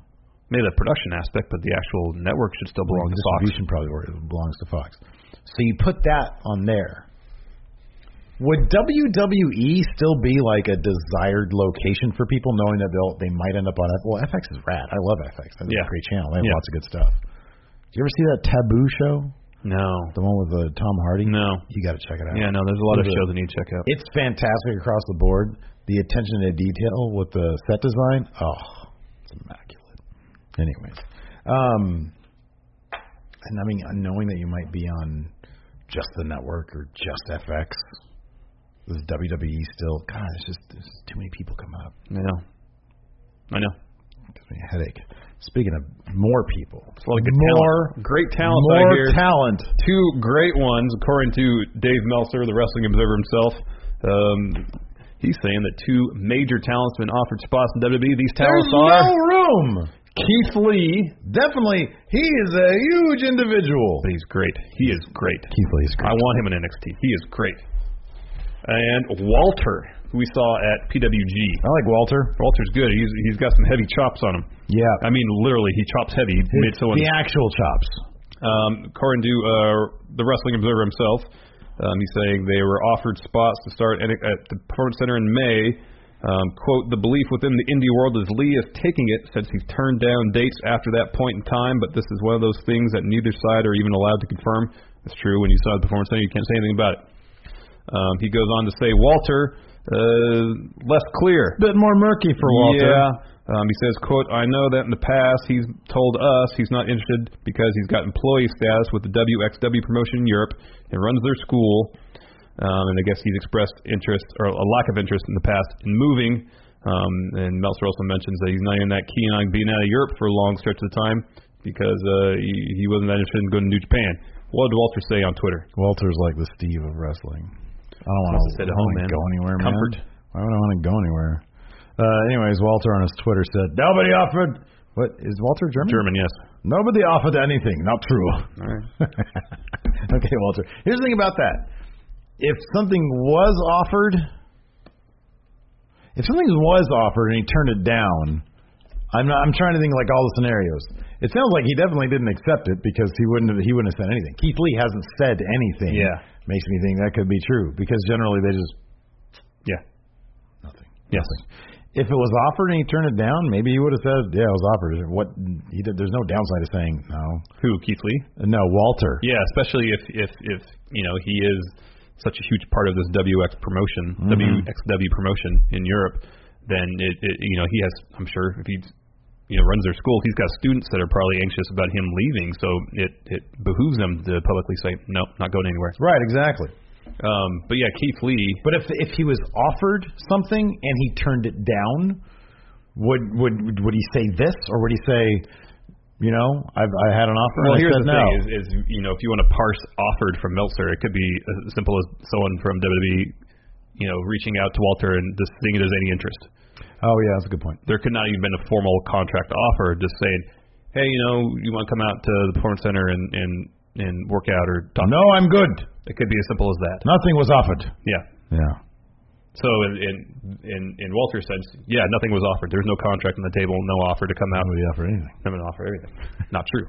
S1: maybe the production aspect, but the actual network should still belong to Fox.
S2: distribution probably where it belongs to Fox. So you put that on there. Would WWE still be like a desired location for people, knowing that they'll they might end up on it? Well, FX is rad. I love FX. That's a
S1: Yeah.
S2: great channel. They have
S1: Yeah.
S2: lots of good stuff. Do you ever see that Taboo show?
S1: No,
S2: The one with uh, Tom Hardy?
S1: no,
S2: You got to check it out.
S1: yeah, no. There's a lot of
S2: Is it-
S1: shows I need to check out.
S2: It's fantastic across the board. The attention to detail with the set design, oh, it's immaculate. Anyways, um, and I mean, knowing that you might be on just the network or just FX, this WWE E still, God, it's just there's too many people come up.
S1: I know, I know.
S2: Gives me a headache. Speaking of more people,
S1: It's a lot of good
S2: more
S1: talent. great talent
S2: more
S1: out here.
S2: talent.
S1: Two great ones, according to Dave Meltzer, the Wrestling Observer himself. Um, he's saying that two major talents have been offered spots in WWE. These
S2: There's
S1: talents are
S2: no room.
S1: Keith Lee,
S2: Definitely, he is a huge individual.
S1: but he's great. He is great.
S2: Keith Lee is
S1: I want him in NXT. He is great. And Walter, who we saw at PWG.
S2: I like Walter.
S1: Walter's good. He's he's got some heavy chops on him.
S2: Yeah.
S1: I mean, literally, he chops heavy. He made someone.
S2: the actual chops.
S1: Um, according to uh, the Wrestling Observer himself, um, he's saying they were offered spots to start at, at the Performance Center in May. Um, quote, the belief within the indie world is Lee is taking it since he's turned down dates after that point in time, but this is one of those things that neither side are even allowed to confirm. It's true. When you saw the Performance Center, you can't say anything about it. Um, he goes on to say, Walter, uh, less clear.
S2: Bit more murky for Walter.
S1: Yeah. Um, he says, quote, I know that in the past he's told us he's not interested because he's got employee status with the WXW promotion in Europe and runs their school. Um, and I guess he's expressed interest or a lack of interest in the past in moving. Um, and Meltzer also mentions that he's not even that keen on being out of Europe for a long stretch of time because uh, he, he wasn't that interested in going to New Japan. What did Walter say on Twitter?
S2: Walter's like the Steve of wrestling. I don't want
S1: Must have
S2: to
S1: stayed at home, man.
S2: go anywhere,
S1: Comfort.
S2: man. Why would I want to go anywhere? Uh, anyways, Walter on his Twitter said, "Nobody offered." What is Walter German?
S1: German, yes.
S2: Nobody offered anything. Not true. okay, Walter. Here's the thing about that. If something was offered, if something was offered and he turned it down, I'm not, I'm trying to think like all the scenarios. It sounds like he definitely didn't accept it because he wouldn't have, he wouldn't have said anything. Keith Lee hasn't said anything.
S1: Yeah.
S2: makes me think that could be true because generally they just
S1: Yeah.
S2: nothing.
S1: Yes.
S2: If it was offered and he turned it down, maybe he would have said, "Yeah, it was offered." What he did, there's no downside to saying no.
S1: Who, Keith Lee?
S2: No, Walter.
S1: Yeah, especially if if if you know he is such a huge part of this WX promotion,
S2: Mm-hmm.
S1: WXW promotion in Europe, then it, it you know he has I'm sure if he you know runs their school, he's got students that are probably anxious about him leaving, so it it behooves them to publicly say no, not going anywhere.
S2: Right, exactly.
S1: Um, but yeah, Keith Lee,
S2: But if if he was offered something and he turned it down, would would would he say this or would he say, you know, I've I had an offer
S1: Well,
S2: and I
S1: here's
S2: said
S1: the
S2: no.
S1: thing: is, is you know, if you want to parse offered from Meltzer, it could be as simple as someone from WWE, you know, reaching out to Walter and just seeing if there's any interest.
S2: oh yeah, that's a good point.
S1: There could not even been a formal contract offer, just saying, hey, you know, you want to come out to the performance center and and and work out or talk.
S2: No, I'm good.
S1: It could be as simple as that.
S2: Nothing was offered.
S1: Yeah.
S2: Yeah.
S1: So in in in, in Walter's sense, yeah, nothing was offered. There's no contract on the table, no offer to come out.
S2: Nobody offered anything.
S1: I'm going to offer everything. Not true.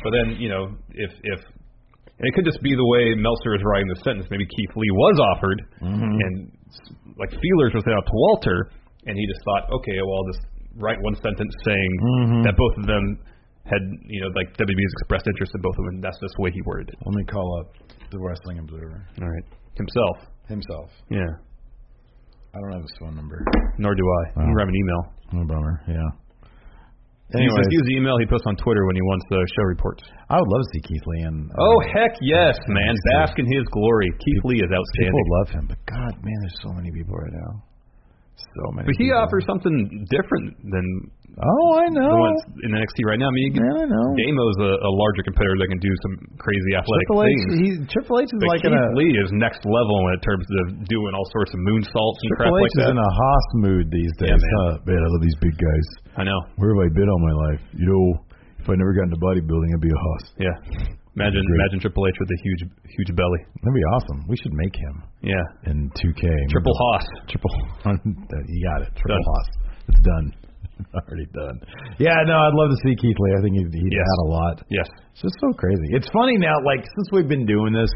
S1: but then, you know, if if and it could just be the way Meltzer is writing the sentence. Maybe Keith Lee was offered, and like feelers was out to Walter, and he just thought, okay, well, I'll just write one sentence saying that both of them had, you know, like WB's expressed interest in both of them. That's just the way he worded it.
S2: Let me call up the Wrestling Observer
S1: All right. Himself.
S2: himself.
S1: Yeah.
S2: I don't have his phone number.
S1: Nor do I.
S2: Wow.
S1: You can grab an email.
S2: Oh, bummer. Yeah.
S1: He
S2: Anyways,
S1: just use the email he posts on Twitter when he wants the show reports.
S2: I would love to see Keith Lee and uh,
S1: Oh heck yes, man!
S2: Let's do it.
S1: Bask in his glory. Keith Lee is
S2: people
S1: outstanding.
S2: love him, but God, man, there's so many people right now. So many.
S1: But he
S2: people.
S1: offers something different than
S2: Oh, I know.
S1: the ones in NXT right now. I mean, you
S2: Man, I know.
S1: Damo's uh, a, a larger competitor that can do some crazy athletic
S2: Triple H,
S1: things.
S2: he's, Triple H is
S1: But
S2: like in
S1: Keith
S2: a
S1: Lee is next level in terms of doing all sorts of moonsaults and crap
S2: Triple H
S1: like
S2: is
S1: that.
S2: in a Haas mood these days.
S1: Yeah, man.
S2: huh? man, I love these big guys.
S1: I know.
S2: Where have I been all my life? You know, if I never got into bodybuilding, I'd be a Haas.
S1: Yeah. Imagine
S2: Great.
S1: imagine Triple H with a huge huge belly.
S2: That'd be awesome. We should make him
S1: Yeah.
S2: in 2K.
S1: Triple Hoss.
S2: Triple. you got it. Triple
S1: Done.
S2: Haas. It's done. Already done. Yeah, no, I'd love to see Keith Lee. I think he'd, he'd
S1: Yes.
S2: had a lot.
S1: Yes.
S2: It's just so crazy. It's funny now, like since we've been doing this,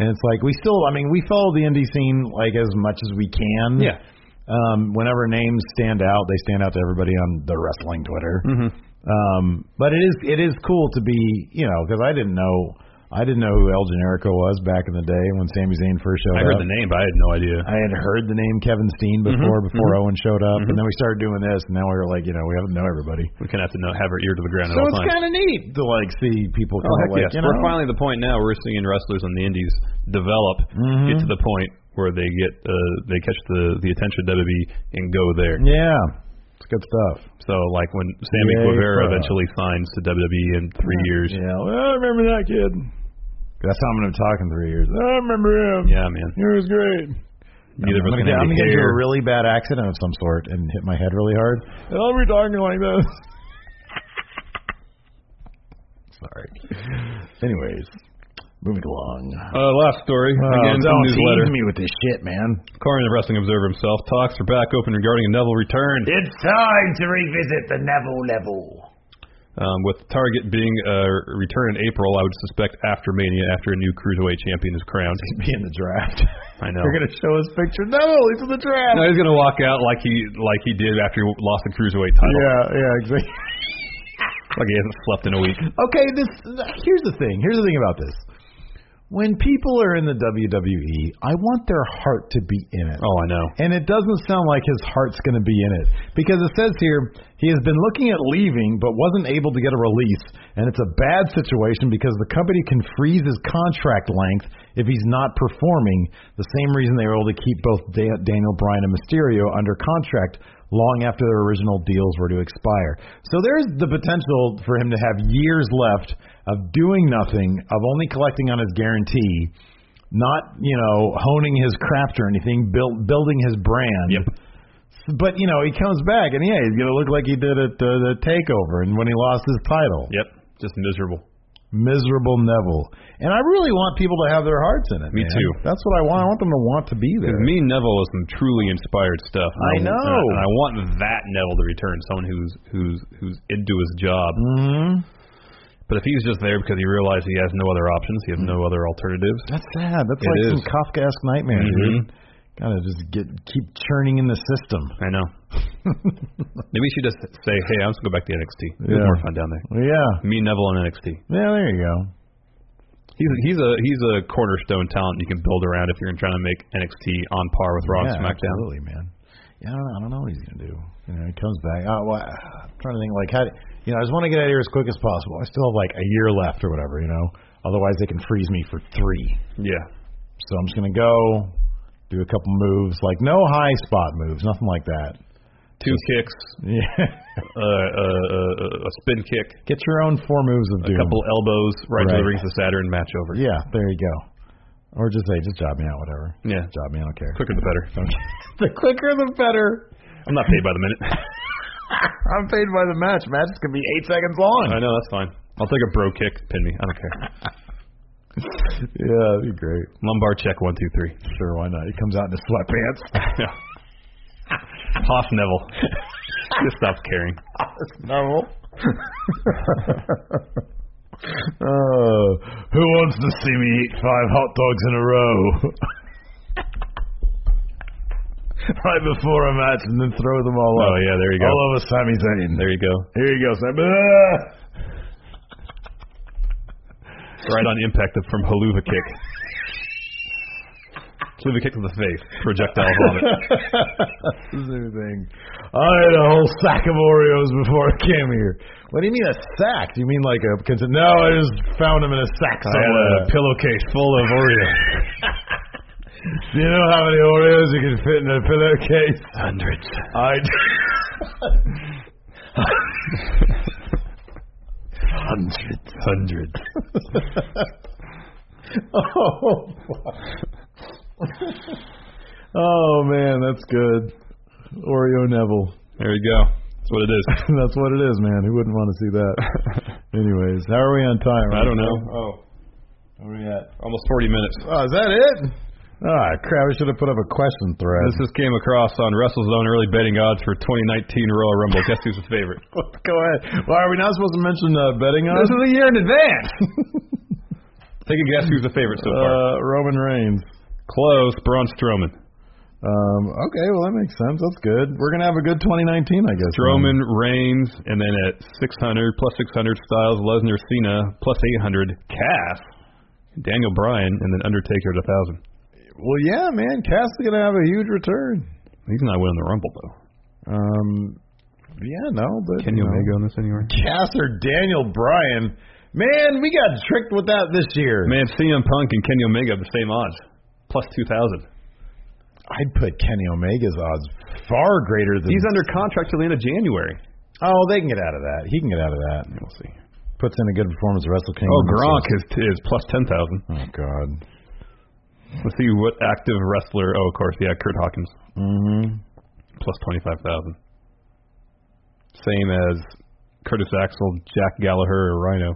S2: and it's like we still. I mean, we follow the indie scene like as much as we can.
S1: Yeah.
S2: Um, whenever names stand out, they stand out to everybody on the wrestling Twitter.
S1: Mm-hmm.
S2: Um, but it is it is cool to be you know because I didn't know I didn't know who El Generico was back in the day when Sami Zayn first showed
S1: I
S2: up.
S1: heard the name, Mm-hmm. but I had no idea.
S2: I had heard the name Kevin Steen before before Owen showed up,
S1: Mm-hmm.
S2: and then we started doing this, and now we were like, you know, we haven't know everybody.
S1: We kind of have to know, have our ear to the ground
S2: So
S1: at all
S2: it's
S1: times.
S2: kind of neat to like see people
S1: Oh,
S2: kind of
S1: heck
S2: like
S1: yes.
S2: you know,
S1: We're finally at the point now where we're seeing wrestlers on the indies develop,
S2: Mm-hmm.
S1: get to the point where they get uh, they catch the the attention of WWE and go there.
S2: Yeah, it's good stuff.
S1: So like when Sammy
S2: Yay,
S1: Guevara
S2: bro.
S1: eventually signs to WWE in three years.
S2: Yeah, well, I remember that kid. That's how I'm gonna talk in three years. I remember him.
S1: Yeah, man.
S2: he was great.
S1: Neither of us
S2: I'm
S1: can
S2: gonna,
S1: have
S2: I'm
S1: any
S2: gonna get into
S1: hair.
S2: a really bad accident of some sort and hit my head really hard. And I'll be talking like this. Sorry. Anyways, moving along.
S1: Uh, last story. Again,
S2: Oh,
S1: from
S2: don't
S1: newsletter.
S2: tease me with this shit, man.
S1: According to the Wrestling Observer himself, talks are back open regarding a Neville return,
S2: It's time to revisit the Neville level.
S1: um, with the target being a return in April, I would suspect after Mania, after a new Cruiserweight champion is crowned.
S2: Be in the draft.
S1: I know.
S2: They're gonna show us picture. Neville, he's in the draft.
S1: No, he's gonna walk out like he like he did after he lost the cruiserweight title.
S2: Yeah, yeah, exactly.
S1: Like he hasn't slept in a week.
S2: Okay, this here's the thing. Here's the thing about this. When people are in the WWE, I want their heart to be in it.
S1: Oh, I know.
S2: And it doesn't sound like his heart's going to be in it because it says here he has been looking at leaving but wasn't able to get a release, and it's a bad situation because the company can freeze his contract length if he's not performing. The same reason they were able to keep both da- Daniel Bryan and Mysterio under contract long after their original deals were to expire. So there's the potential for him to have years left of doing nothing, of only collecting on his guarantee not you know honing his craft or anything, build, building his brand.
S1: Yep.
S2: But you know he comes back and yeah he's gonna look like he did at the, the takeover and when he lost his title.
S1: Yep. Just miserable.
S2: Miserable Neville. And I really want people to have their hearts in it.
S1: Me
S2: man.
S1: too.
S2: That's what I want. I want them to want to be there.
S1: Because me and Neville is some truly inspired stuff. And
S2: I know.
S1: And I, and I want that Neville to return, someone who's who's who's into his job.
S2: hmm
S1: But if he's just there because he realized he has no other options, he has
S2: Mm-hmm.
S1: no other alternatives.
S2: That's sad. That's
S1: It
S2: like
S1: is.
S2: some Kafkaesque nightmare,
S1: Mhm.
S2: dude. Gotta just get keep churning in the system.
S1: I know. Maybe she just say, "Hey, I'm just gonna go back to NXT. It's
S2: Yeah.
S1: more fun down there."
S2: Yeah.
S1: Me, Neville, and NXT.
S2: Yeah. There you go.
S1: He's he's a he's a cornerstone talent you can build around if you're trying to make NXT on par with Raw and
S2: yeah,
S1: SmackDown.
S2: Absolutely, man. Yeah, I don't, know, I don't know what he's gonna do. You know, he comes back. Uh, well, I'm trying to think like how. You know, I just want to get out of here as quick as possible. I still have like a year left or whatever. You know, otherwise they can freeze me for three.
S1: Yeah.
S2: So I'm just gonna go do a couple moves, like no high spot moves, nothing like that.
S1: Two kicks,
S2: Yeah,
S1: uh, uh, uh, a spin kick,
S2: get your own four moves of doom.
S1: a couple elbows, right, to
S2: Right.
S1: the rings of Saturn, match over.
S2: Yeah, there you go. Or just say, just job me out, whatever.
S1: Yeah.
S2: Job me, I don't care.
S1: Quicker the better.
S2: the quicker the better.
S1: I'm not paid by the minute.
S2: I'm paid by the match. Matches can be eight seconds long.
S1: I know that's fine. I'll take a bro kick, pin me. I don't care.
S2: Yeah, that'd be great.
S1: Lumbar check one two three.
S2: Sure, why not? He comes out in his sweatpants.
S1: Yeah. Hoss Neville. Just stops caring.
S2: Normal. oh, who wants to see me eat five hot dogs in a row? right before a match and then throw them all
S1: Oh
S2: up.
S1: yeah, there you go.
S2: All over Sami Zayn.
S1: There you go.
S2: Here you go, Sami. Ah!
S1: Right uh, on impact from haluva kick. haluva kick to the face. Projectile vomit.
S2: Zoo thing. I had a whole sack of Oreos before I came here. What do you mean a sack? Do you mean like a? Because no, I just found them in a sack
S1: I had
S2: somewhere.
S1: a pillowcase full of Oreos.
S2: Do you know how many Oreos you can fit in a pillowcase?
S1: Hundreds.
S2: I. Hundreds.
S1: Hundreds.
S2: Oh, fuck. oh man, that's good. Oreo Neville.
S1: There you go. That's what it is.
S2: That's what it is, man. Who wouldn't want to see that? Anyways, how are we on time?
S1: I don't know. Oh,
S2: Where are we at?
S1: almost 40 minutes.
S2: Oh, is that it? Ah, crap. We should have put up a question thread.
S1: This just came across on WrestleZone early betting odds for 2019 Royal Rumble. Guess who's the favorite?
S2: Go ahead. Why are we not supposed to mention uh, betting on?
S1: is a year in advance. Take a guess who's the favorite so far.
S2: Uh, Roman Reigns.
S1: Close, Braun Strowman.
S2: Um, okay, well that makes sense. That's good. We're gonna have a good 2019, I guess.
S1: Strowman, Reigns, and then at 600, plus 600, Styles, Lesnar, Cena, plus 800, Cass, Daniel Bryan, and then Undertaker at 1,000.
S2: Well, yeah, man. Cass is gonna have a huge return.
S1: He's not winning the Rumble, though.
S2: Um, yeah, no, but
S1: Kenny
S2: you know.
S1: Omega on this anywhere?
S2: Cass or Daniel Bryan. Man, we got tricked with that this year.
S1: Man, CM Punk and Kenny Omega have the same odds, plus 2,000.
S2: I'd put Kenny Omega's odds far greater than.
S1: He's under contract till the end of January.
S2: oh, they can get out of that. He can get out of that.
S1: We'll see.
S2: Puts in a good performance. at Wrestle Kingdom.
S1: Oh, Gronk is, is plus 10,000.
S2: Oh God.
S1: Let's see what active wrestler. Oh, of course, yeah, Kurt Hawkins
S2: Mm-hmm.
S1: plus twenty five thousand. Same as Curtis Axel, Jack Gallagher, or Rhino.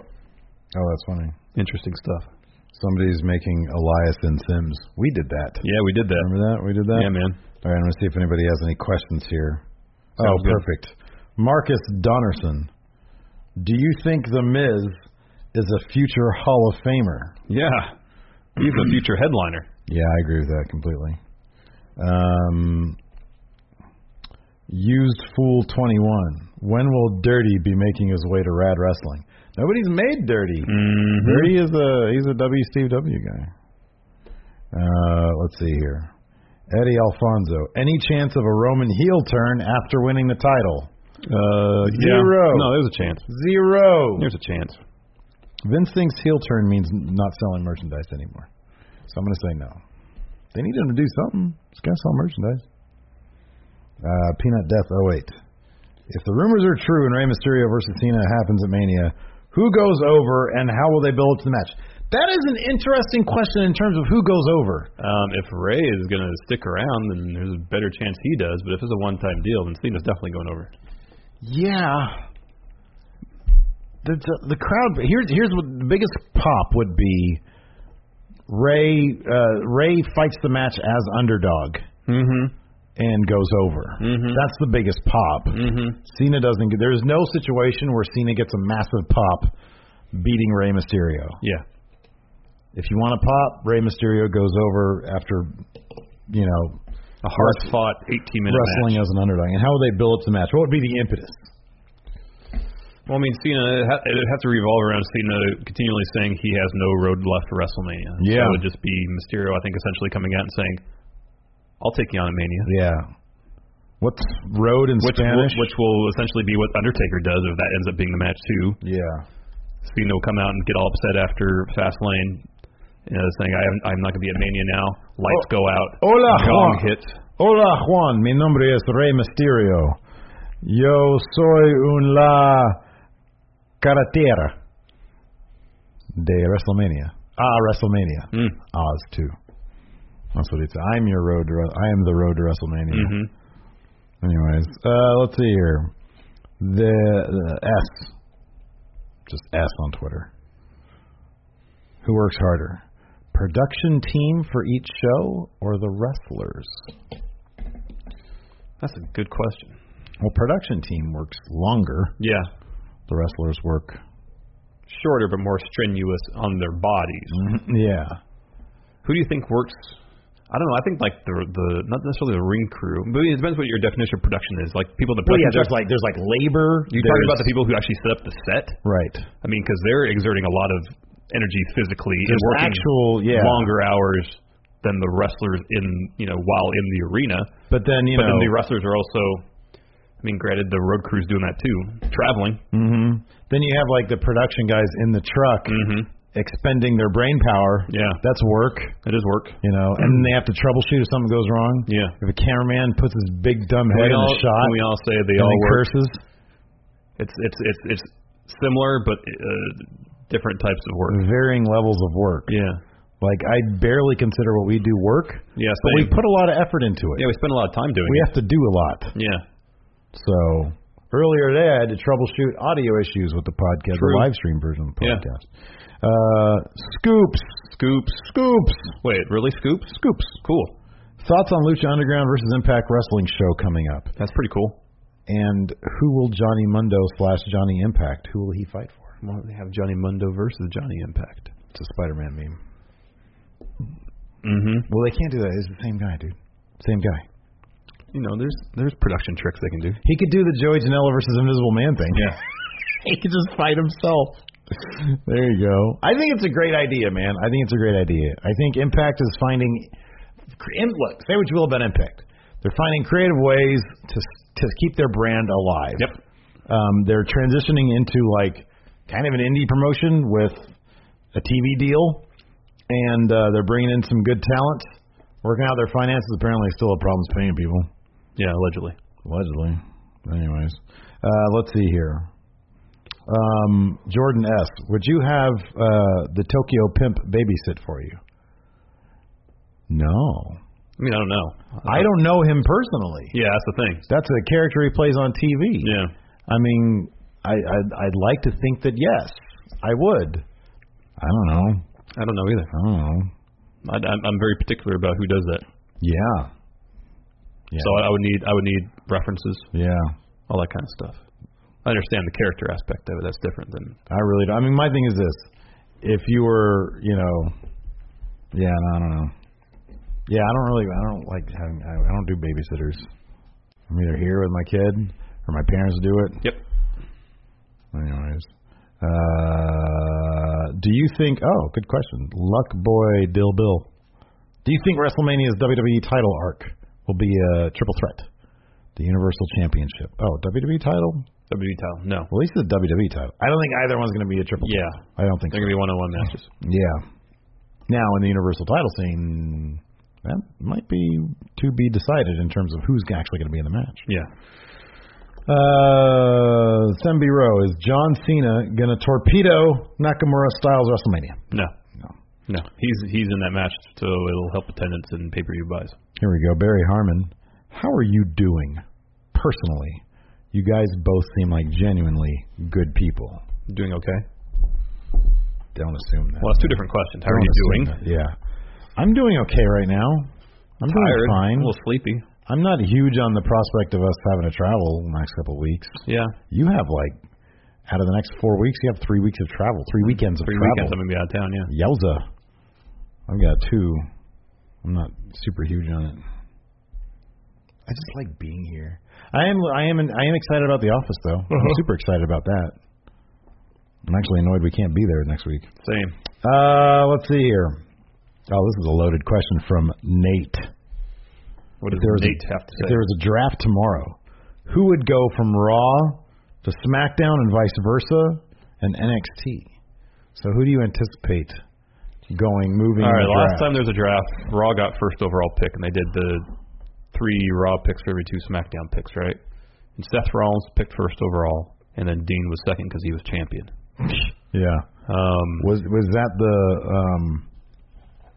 S2: Oh, that's funny.
S1: Interesting stuff.
S2: Somebody's making Elias and Sims. We did that.
S1: Yeah, we did that.
S2: Remember that? We did that.
S1: Yeah, man.
S2: All right, I'm gonna see if anybody has any questions here. oh,
S1: Sounds good.
S2: perfect. Marcus Donerson, do you think the Miz is a future Hall of Famer?
S1: Yeah, he's a future headliner.
S2: Yeah, I agree with that completely. Um, used Fool 21. When will Dirty be making his way to Rad Wrestling? Nobody's made Dirty.
S1: Mm-hmm.
S2: Dirty is a he's a W Steve W guy. Uh, let's see here. Eddie Alfonso. Any chance of a Roman heel turn after winning the title?
S1: Uh,
S2: Zero.
S1: Yeah. No, there's a chance.
S2: Zero.
S1: There's a chance.
S2: Vince thinks heel turn means not selling merchandise anymore. So I'm going to say no. They need him to do something. He's got to sell merchandise. Uh, Peanut Death 08. If the rumors are true and Rey Mysterio versus Cena happens at Mania, who goes over and how will they build up to the match? That is an interesting question in terms of who goes over.
S1: Um, if Ray is gonna stick around, then there's a better chance he does. But if it's a one time deal, then Cena's definitely going over.
S2: Yeah. The, the, the crowd here's here's what the biggest pop would be. Ray uh, Ray fights the match as underdog
S1: Mm-hmm.
S2: and goes over.
S1: Mhm.
S2: That's the biggest pop.
S1: Mm-hmm.
S2: Cena doesn't. get There's no situation where Cena gets a massive pop beating Rey Mysterio.
S1: Yeah.
S2: If you want a pop, Rey Mysterio goes over after you know
S1: A hard fought 18 minute match.
S2: wrestling as an underdog. And how would they build up the match? What would be the impetus?
S1: Well, I mean, Cena, it ha- it'd have to revolve around Cena continually saying he has no road left to WrestleMania.
S2: Yeah.
S1: So it would just be Mysterio, I think, essentially coming out and saying, I'll take you on at Mania.
S2: Yeah. What's road in
S1: Which will,
S2: Spanish?
S1: which will essentially be what Undertaker does if that ends up being the match, too.
S2: yeah.
S1: Cena will come out and get all upset after Fastlane, you know, saying, I am, I'm not going to be at Mania now. Lights go out.
S2: Hola, Juan.
S1: Gong hits.
S2: Hola Juan, mi nombre es Rey Mysterio. Yo soy un la carretera de WrestleMania. Ah, WrestleMania.
S1: Mm.
S2: Oz too. That's what he said. I'm your road to. Re- I am the road to WrestleMania.
S1: hmm
S2: Anyways, uh, let's see here. The, the S, just S on Twitter. Who works harder, production team for each show or the wrestlers?
S1: That's a good question.
S2: Well, production team works longer.
S1: Yeah.
S2: The wrestlers work.
S1: Shorter, but more strenuous on their bodies.
S2: Yeah.
S1: Who do you think works I don't know. I think like the the not necessarily the ring crew, but it depends what your definition of production is. Like people in the
S2: Well, yeah,
S1: production
S2: there's
S1: job-
S2: like there's like labor.
S1: you talking about the people who actually set up the set.
S2: right?
S1: I mean, because they're exerting a lot of energy physically and
S2: There's
S1: working
S2: actual yeah.
S1: longer hours than the wrestlers in you know while in the arena.
S2: but then you
S1: But
S2: know
S1: then the wrestlers are also, I mean, granted the road crew's doing that too, traveling.
S2: hmm Then you have like the production guys in the truck
S1: Mm-hmm.
S2: expending their brain power.
S1: Yeah.
S2: That's work,
S1: It is work.
S2: you know. And they have to troubleshoot if something goes wrong.
S1: Yeah.
S2: If a cameraman puts his big dumb
S1: Can
S2: head
S1: we,
S2: in
S1: all,
S2: the shot
S1: can we all say they
S2: and
S1: all
S2: then
S1: work?
S2: curses,
S1: It's it's it's it's similar but uh, different types of work.
S2: varying levels of work.
S1: Yeah.
S2: Like I barely consider what we do work,
S1: Yeah.
S2: but we
S1: Same.
S2: put a lot of effort into it.
S1: yeah, we spend a lot of time doing
S2: We
S1: it.
S2: have to do a lot.
S1: Yeah.
S2: So earlier today, I had to troubleshoot audio issues with the podcast,
S1: True.
S2: the live stream version of the
S1: Yeah.
S2: podcast. Uh, scoops,
S1: Scoops.
S2: scoops,
S1: Wait, really? Scoops?
S2: scoops.
S1: Cool.
S2: Thoughts on Lucha Underground versus Impact Wrestling show coming up,
S1: That's pretty cool.
S2: and who will Johnny Mundo slash Johnny Impact? Who will he fight for?
S1: Why don't they have Johnny Mundo versus Johnny Impact?
S2: It's a Spider-Man meme.
S1: Mm-hmm.
S2: Well, they can't do that. It's the same guy, dude. Same guy.
S1: You know, there's there's production tricks they can do.
S2: He could do the Joey Janela versus Invisible Man thing.
S1: Yeah.
S2: he could just fight himself. There you go. I think it's a great idea, man. I think it's a great idea. I think Impact is finding. and Look, say what you will about Impact. They're finding creative ways to to keep their brand alive.
S1: Yep.
S2: Um, they're transitioning into like kind of an indie promotion with a TV deal, and uh, they're bringing in some good talent. Working out their finances apparently still have problems paying people.
S1: Yeah, allegedly.
S2: Allegedly. Anyways, uh, let's see here. Um, Jordan S., would you have uh, the Tokyo pimp babysit for you? No.
S1: I mean, I don't know.
S2: I don't know him personally.
S1: Yeah, that's the thing.
S2: That's a character he plays on TV.
S1: Yeah.
S2: I mean, I, I'd, I'd like to think that yes, I would. I don't know.
S1: I don't know either.
S2: I don't know.
S1: I, I'm, I'm very particular about who does that.
S2: Yeah. Yeah.
S1: So I, I would need I would need references,
S2: yeah.
S1: all that kind of stuff. I understand the character aspect of it. That's different than
S2: I really don't. I mean, my thing is this: if you were, you know, yeah, I don't know. Yeah, I don't really. I don't like having. I I don't do babysitters. I'm either here with my kid or my parents do it.
S1: Yep.
S2: Anyways, uh, do you think? Oh, good question. Luck boy, Dill Bill. Do you think WrestleMania's WWE title arc will be a triple threat? The Universal Championship. Oh, WWE title?
S1: WWE title. No.
S2: Well, at least the WWE title. I don't think either one's going to be a triple.
S1: Yeah.
S2: threat. I don't think.
S1: They're gonna be one on one matches.
S2: Yeah. Now in the Universal title scene, that might be to be decided in terms of who's actually going to be in the match.
S1: Yeah.
S2: Uh, Semby Rowe is John Cena going to torpedo Nakamura Styles WrestleMania?
S1: No.
S2: No.
S1: No. He's he's in that match, so it'll help attendance and pay per view buys.
S2: Here we go, Barry Harmon. How are you doing personally? You guys both seem like genuinely good people.
S1: Doing okay.
S2: Don't assume that.
S1: Well, that's two different questions. How are
S2: Don't
S1: you doing?
S2: assume that. Yeah, I'm doing okay right now. I'm
S1: Tired.
S2: doing fine.
S1: A little sleepy.
S2: I'm not huge on the prospect of us having to travel in the next couple of weeks.
S1: Yeah.
S2: You have like out of the next four weeks, you have three weeks of travel, three weekends of
S1: Three weekends I'm
S2: travel.
S1: gonna be out of town. Yeah.
S2: Yowza! I've got two. I'm not super huge on it. I just like being here. I am. I am. I am excited about the office though.
S1: Uh-huh.
S2: I'm super excited about that. I'm actually annoyed we can't be there next week.
S1: Same.
S2: Uh, let's see here. Oh, this is a loaded question from Nate.
S1: What does
S2: If there was a-
S1: Nate have to
S2: if
S1: say?
S2: there was a draft tomorrow, who would go from Raw to SmackDown and vice versa and NXT? So who do you anticipate going moving?
S1: All
S2: in
S1: right.
S2: the draft?
S1: Last time there was a draft, Raw got first overall pick, and they did the three Raw picks for every two SmackDown picks, right? And Seth Rollins picked first overall, and then Dean was second because he was champion.
S2: yeah,
S1: Um,
S2: was was that the um,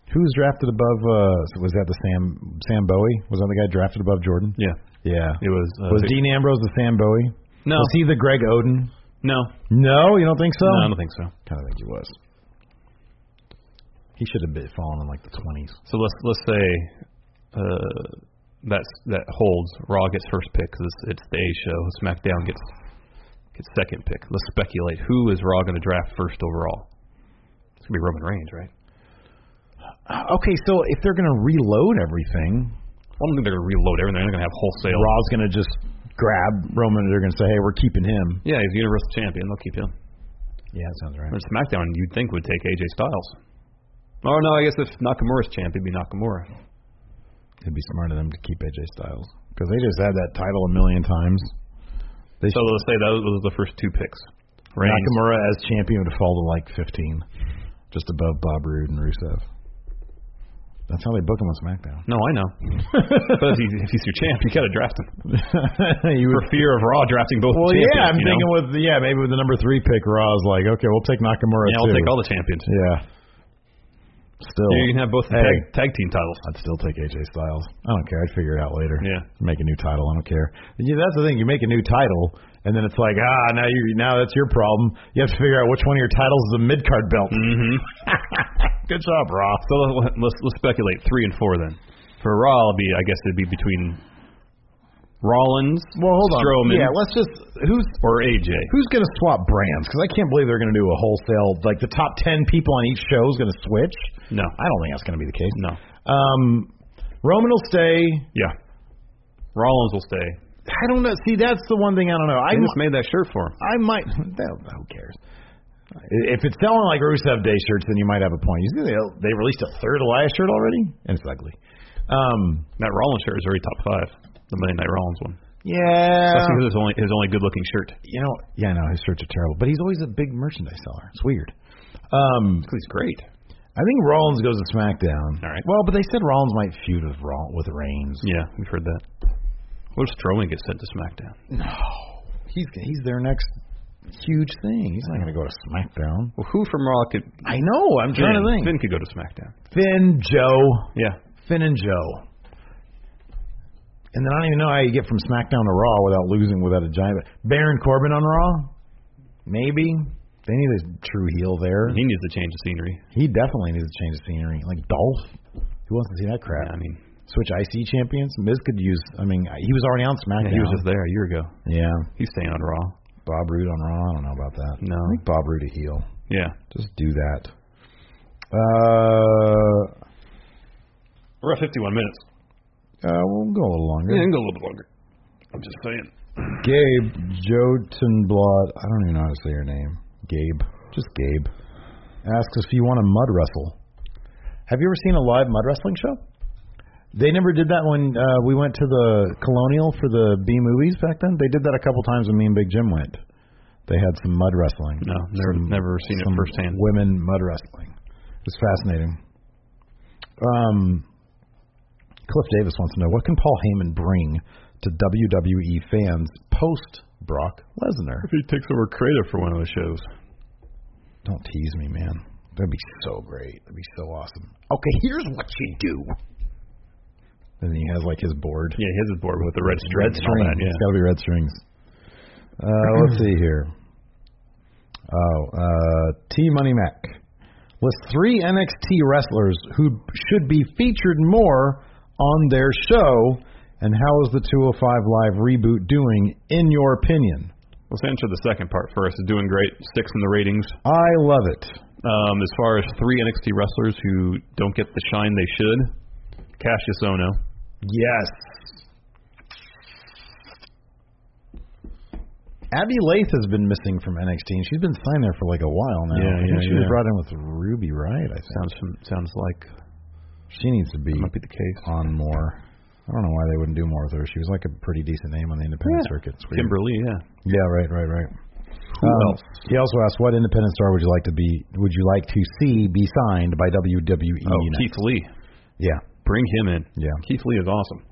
S2: who was drafted above? Uh, was that the Sam Sam Bowie? Was that the guy drafted above Jordan?
S1: yeah.
S2: Yeah.
S1: It was. Uh,
S2: Was Dean Ambrose the Sam Bowie?
S1: No.
S2: Was he the Greg Oden?
S1: no.
S2: No, you don't think so?
S1: No, I don't think so.
S2: Kind of think he was. He should have been fallen in like the twenties.
S1: So let's let's say uh, that that holds. Raw gets first pick because it's, it's the A show. SmackDown gets gets second pick. Let's speculate who is Raw going to draft first overall. It's gonna be Roman Reigns, right?
S2: Uh, Okay, so if they're going to reload everything,
S1: I don't think they're going to reload everything. They're going to have wholesale.
S2: Raw's going to just grab Roman. and They're going to say, "Hey, we're keeping him."
S1: Yeah, he's Universal Champion. They'll keep him.
S2: Yeah, that sounds right.
S1: But SmackDown, you'd think would take AJ Styles. Oh no, I guess if Nakamura's champ, it'd be Nakamura.
S2: It'd be smart of them to keep AJ Styles because they just had that title a million times. They
S1: So let's say those was the first two picks. Reigns.
S2: Nakamura as champion would fall to like 15, just above Bob Roode and Rusev. That's how they book him on SmackDown.
S1: No, I know. but if he's, if he's your champ, you gotta draft him.
S2: you
S1: For fear of Raw drafting both
S2: well,
S1: the champions.
S2: yeah, I'm
S1: you
S2: thinking
S1: know?
S2: with yeah maybe with the number three pick, Raw's like, okay, we'll take Nakamura
S1: Yeah,
S2: too.
S1: I'll take all the champions.
S2: Yeah. Still,
S1: You can have both the
S2: Hey.
S1: tag, tag team titles.
S2: I'd still take AJ Styles. I don't care. I'd figure it out later.
S1: Yeah.
S2: Make a new title. I don't care. Yeah, that's the thing. You make a new title, and then it's like, ah, now you now that's your problem. You have to figure out which one of your titles is a mid card belt.
S1: Mm-hmm.
S2: Good job, Raw.
S1: So let's, let's let's speculate three and four then. For Raw, it'd be I guess it'd be between Rollins,
S2: Well, hold on.
S1: Strowman,
S2: Yeah, let's just who's
S1: or AJ.
S2: who's going to swap brands? Because I can't believe they're going to do a wholesale like the top ten people on each show is going to switch.
S1: No,
S2: I don't think that's going to be the case.
S1: no,
S2: Um, Roman will stay.
S1: yeah. Rollins will stay.
S2: I don't know. See, that's the one thing I don't know. I
S1: They just made that shirt for him.
S2: I might. That, who cares? If it's selling like Rusev Day shirts, then you might have a point. You see, they they released a third Elias shirt already, and it's ugly. Um,
S1: That Rollins shirt is already top five. The Monday Night Rollins one.
S2: yeah,
S1: That's because it's only his only good looking shirt.
S2: you know, yeah, no, his shirts are terrible, but he's always a big merchandise seller. It's weird. Um,
S1: He's great.
S2: I think Rollins goes to SmackDown.
S1: All right.
S2: Well, but they said Rollins might feud with Raw with Reigns.
S1: Yeah, we've heard that. What if Strowman gets sent to SmackDown?
S2: He's he's their next huge thing. He's not going to go to SmackDown.
S1: Well, who from Raw could?
S2: I know. I'm trying
S1: Finn.
S2: to think.
S1: Finn could go to SmackDown.
S2: Finn, Joe.
S1: Yeah.
S2: Finn and Joe. And then I don't even know how you get from SmackDown to Raw without losing without a giant. Baron Corbin on Raw? Maybe. They need a true heel there.
S1: He needs to change the scenery.
S2: He definitely needs a change of scenery. Like Dolph. Who wants to see that crap?
S1: I mean,
S2: Switch IC champions? Miz could use. I mean, he was already on SmackDown.
S1: he was just there a year ago.
S2: yeah.
S1: He's staying on Raw.
S2: Bob Roode on Raw? I don't know about that.
S1: No.
S2: I think Bob Roode a heel.
S1: Yeah.
S2: Just do that. Uh,
S1: We're at 51 minutes.
S2: uh, we'll go a little longer.
S1: Yeah, we can go a little bit longer. I'm just saying.
S2: Gabe Jotunblad. I don't even know how to say your name. Gabe. Just Gabe. Asks if you want a mud wrestle. Have you ever seen a live mud wrestling show? They never did that when uh, we went to the Colonial for the B movies back then. They did that a couple times when me and Big Jim went. They had some mud wrestling.
S1: No, never,
S2: Some-
S1: never seen it
S2: some
S1: firsthand.
S2: Women mud wrestling. It was fascinating. Um, Cliff Davis wants to know what can Paul Heyman bring to WWE fans post Brock Lesnar?
S1: He takes over creative for one of the shows.
S2: Don't tease me, man. That'd be so great. That'd be so awesome. Okay, here's what you do. And he has like his board.
S1: Yeah, his is board with the red string.
S2: Red
S1: and all
S2: string.
S1: that,
S2: It's got to be red strings. Uh, let's see here. Oh, uh, T Money Mac. List three NXT wrestlers who should be featured more on their show, and how is the 205 Live reboot doing, in your opinion?
S1: Let's answer the second part first. It's doing great. Six in the ratings.
S2: I love it.
S1: Um, as far as three NXT wrestlers who don't get the shine they should, Cassius Ohno,
S2: Yes. Abby Lath has been missing from NXT, and she's been signed there for like a while now.
S1: Yeah,
S2: I think
S1: yeah,
S2: she was
S1: yeah.
S2: brought in with Ruby Riot, I think.
S1: sounds sounds like
S2: She needs to be
S1: might be the case.
S2: on more. I don't know why they wouldn't do more with her. She was like a pretty decent name on the independent circuit. It's weird.
S1: Kimberly, yeah.
S2: Yeah, right, right, right.
S1: Who
S2: Um,
S1: else?
S2: He also asked, "What independent star would you like to be? Would you like to see be signed by WWE?"
S1: Oh,
S2: next?
S1: Keith Lee.
S2: Yeah,
S1: Bring him in.
S2: yeah.
S1: Keith Lee is awesome.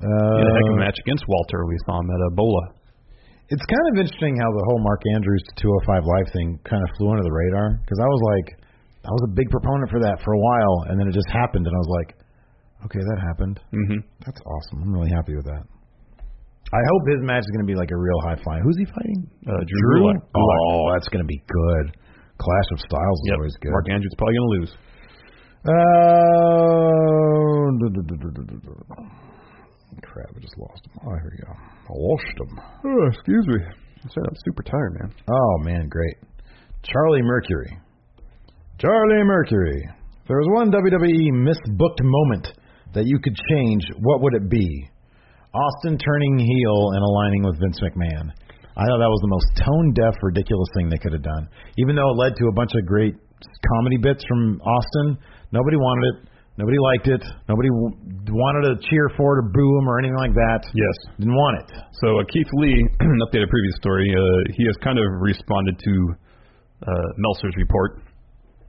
S2: Uh,
S1: He had a heck of a match against Walter. We saw him at uh, Ebola.
S2: It's kind of interesting how the whole Mark Andrews to 205 Live thing kind of flew under the radar because I was like, I was a big proponent for that for a while, and then it just happened, and I was like, okay, that happened.
S1: Mm-hmm.
S2: That's awesome. I'm really happy with that. I hope his match is going to be like a real high flying. Who's he fighting?
S1: Uh, Drew Gulak. Gulak.
S2: Oh, that's going to be good. Clash of Styles is
S1: Yep.
S2: always good.
S1: Mark Andrews probably going to lose.
S2: Uh, crap, I just lost him. Oh, here we go. I lost him.
S1: Oh, excuse me. I said I'm super tired, man.
S2: Oh man, great. Charlie Mercury. Charlie Mercury. If there was one WWE misbooked moment that you could change, what would it be? Austin turning heel and aligning with Vince McMahon. I thought that was the most tone deaf, ridiculous thing they could have done. Even though it led to a bunch of great comedy bits from Austin, nobody wanted it. Nobody liked it. Nobody w- wanted to cheer for it or boo him or anything like that.
S1: Yes.
S2: Didn't want it.
S1: So uh, Keith Lee, an updated previous story, uh, he has kind of responded to uh, Meltzer's report.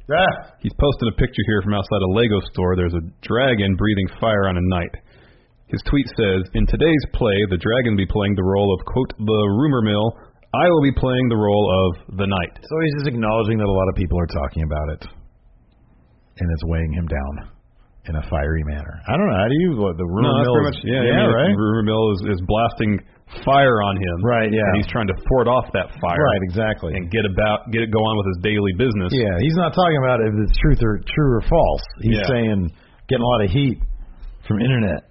S2: Ah,
S1: He's posted a picture here from outside a Lego store. There's a dragon breathing fire on a knight. His tweet says, "In today's play, the dragon will be playing the role of quote the rumor mill. I will be playing the role of the knight."
S2: So he's just acknowledging that a lot of people are talking about it, and it's weighing him down in a fiery manner. I don't know. How do you what, the rumor
S1: no, that's
S2: mill?
S1: pretty
S2: is-
S1: much yeah,
S2: yeah,
S1: I mean,
S2: right,
S1: the Rumor mill is, is blasting fire on him.
S2: Right, yeah.
S1: And he's trying to thwart off that fire.
S2: right, exactly.
S1: And get about get it go on with his daily business.
S2: Yeah, he's not talking about if it's truth or true or false. He's
S1: Yeah.
S2: saying getting a lot of heat from internet.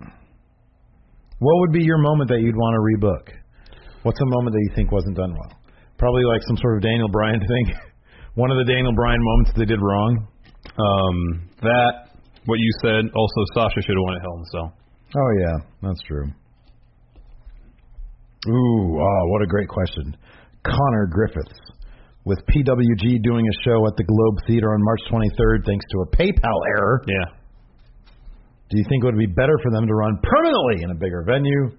S2: What would be your moment that you'd want to rebook? What's a moment that you think wasn't done well? Probably like some sort of Daniel Bryan thing. One of the Daniel Bryan moments they did wrong.
S1: Um, that what you said. Also, Sasha should have won at Hell in a Cell.
S2: Oh yeah, that's true. Ooh, ah, what a great question. Connor Griffiths with PWG doing a show at the Globe Theater on March 23rd thanks to a PayPal error.
S1: Yeah.
S2: Do you think it would be better for them to run permanently in a bigger venue,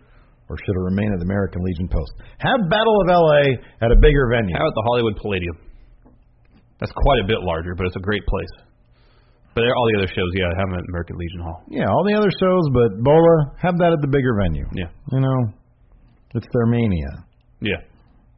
S2: or should it remain at the American Legion Post? Have Battle of LA at a bigger venue.
S1: How about the Hollywood Palladium? That's quite a bit larger, but it's a great place. But there- all the other shows, yeah, have them at American Legion Hall.
S2: Yeah, all the other shows, but Bola, have that at the bigger venue.
S1: Yeah.
S2: You know, it's their mania.
S1: Yeah.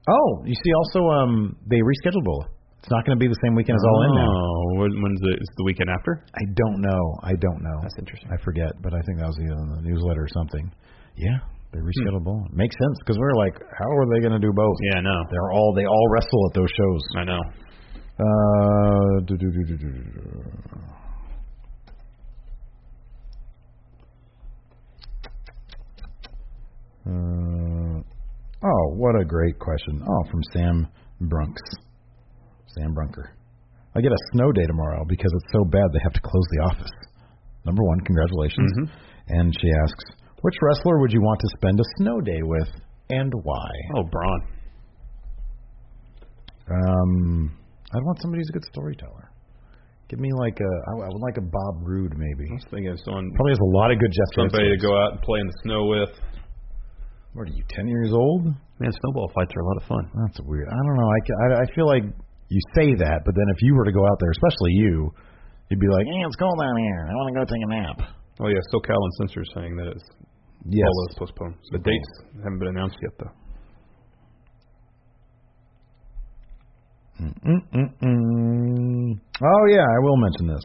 S2: Oh, you see, also, um, they rescheduled Bola. It's not going to be the same weekend as All In now.
S1: Oh, when, when's it? It's the weekend after.
S2: I don't know. I don't know.
S1: That's interesting.
S2: I forget, but I think that was either in the newsletter or something. Yeah, they rescheduled Bola. Makes sense because we were like, how are they going to do both?
S1: Hmm. Yeah, no,
S2: They're all they all wrestle at those shows.
S1: I know.
S2: Uh, do, do, do, do, do, do, do. Uh, oh, what a great question. Oh, from Sam Brunks. Sam Brunker. I get a snow day tomorrow because it's so bad they have to close the office. Number one, congratulations.
S1: Mm-hmm.
S2: And she asks, which wrestler would you want to spend a snow day with and why?
S1: Oh, Braun.
S2: Um, I'd want somebody who's a good storyteller. Give me like a, I, I would like a Bob Roode maybe.
S1: I was thinking of someone,
S2: Probably has a lot of good Jeff.
S1: Hmm. somebody to
S2: Jarrett stories.
S1: go out and play in the snow with.
S2: What are you, ten years old?
S1: Man, snowball fights are a lot of fun.
S2: That's weird. I don't know. I, ca- I, I feel like you say that, but then if you were to go out there, especially you, you'd be like, hey, it's cold down here. I want to go take a nap.
S1: Oh yeah, SoCal and Censor saying that it's
S2: Yes.
S1: all is postponed. The dates haven't been announced yet though.
S2: Mm-mm. Oh yeah, I will mention this.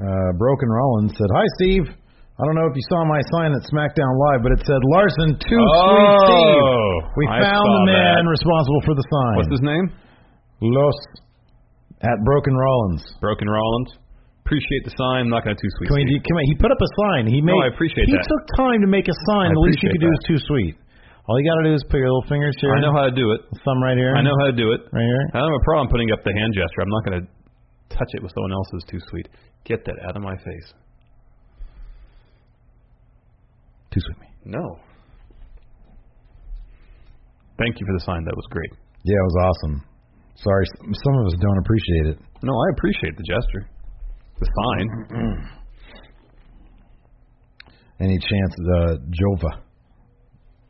S2: Uh, Broken Rollins said, "Hi Steve. I don't know if you saw my sign at SmackDown Live, but it said Larson Two
S1: Oh,
S2: Sweet Steve. We
S1: I
S2: found
S1: saw
S2: the man
S1: that.
S2: responsible for the sign.
S1: What's his name?
S2: Los at Broken Rollins.
S1: Broken Rollins. Appreciate the sign. Not gonna too sweet.
S2: Can we,
S1: Steve.
S2: do- can we, he put up a sign. He made.
S1: I appreciate
S2: he
S1: that.
S2: took time to make a sign.
S1: I
S2: the least you
S1: appreciate
S2: could do is too sweet. All you got to do is put your little fingers here.
S1: I know how to do it.
S2: Thumb right here.
S1: I know how to do it.
S2: Right here.
S1: I don't have a problem putting up the hand gesture. I'm not gonna touch it with someone else's too sweet. Get that out of my face.
S2: Too sweet. me.
S1: No. Thank you for the sign. That was great.
S2: Yeah, it was awesome. Sorry, s- some of us don't appreciate it.
S1: No, I appreciate the gesture. The sign.
S2: Any chance uh, Jova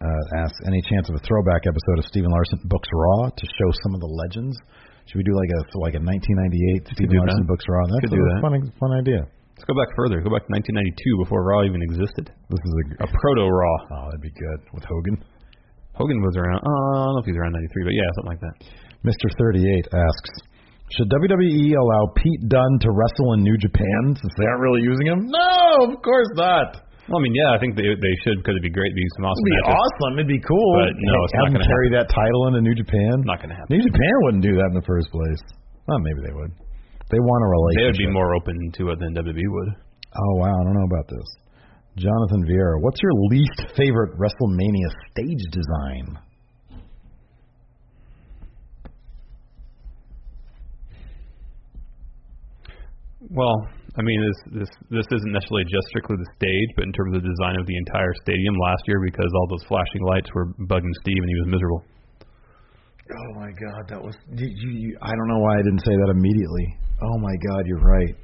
S2: uh, asks any chance of a throwback episode of Stephen Larson books Raw to show some of the legends? Should we do like a like a 1998 Stephen
S1: do
S2: Larson
S1: that.
S2: books Raw? That's
S1: Could do
S2: a
S1: that.
S2: fun fun idea.
S1: Let's go back further. Go back to 1992 before Raw even existed.
S2: This is a,
S1: A proto Raw.
S2: oh that'd be good with Hogan.
S1: Hogan was around. Uh, I don't know if he's around 93, but yeah, something like that.
S2: Mr. 38 asks, should WWE allow Pete Dunne to wrestle in New Japan since they aren't really using him?
S1: Oh,
S2: No, of course not.
S1: Well, I mean, yeah, I think they they should because it'd be great to use some awesome
S2: It'd be
S1: matches.
S2: awesome. It'd be cool.
S1: But no, it's
S2: Have him
S1: not gonna
S2: carry that title into New Japan.
S1: Not gonna happen.
S2: New Japan wouldn't do that in the first place. Well, maybe they would. They want a relationship.
S1: They would be more open to it than WWE would.
S2: Oh wow, I don't know about this. Jonathan Vieira, what's your least favorite WrestleMania stage design?
S1: Well, I mean, this this this isn't necessarily just strictly the stage, but in terms of the design of the entire stadium last year, because all those flashing lights were bugging Steve, and he was miserable.
S2: Oh my God, that was you, you, you. I don't know why I didn't say that immediately. Oh my God, you're right.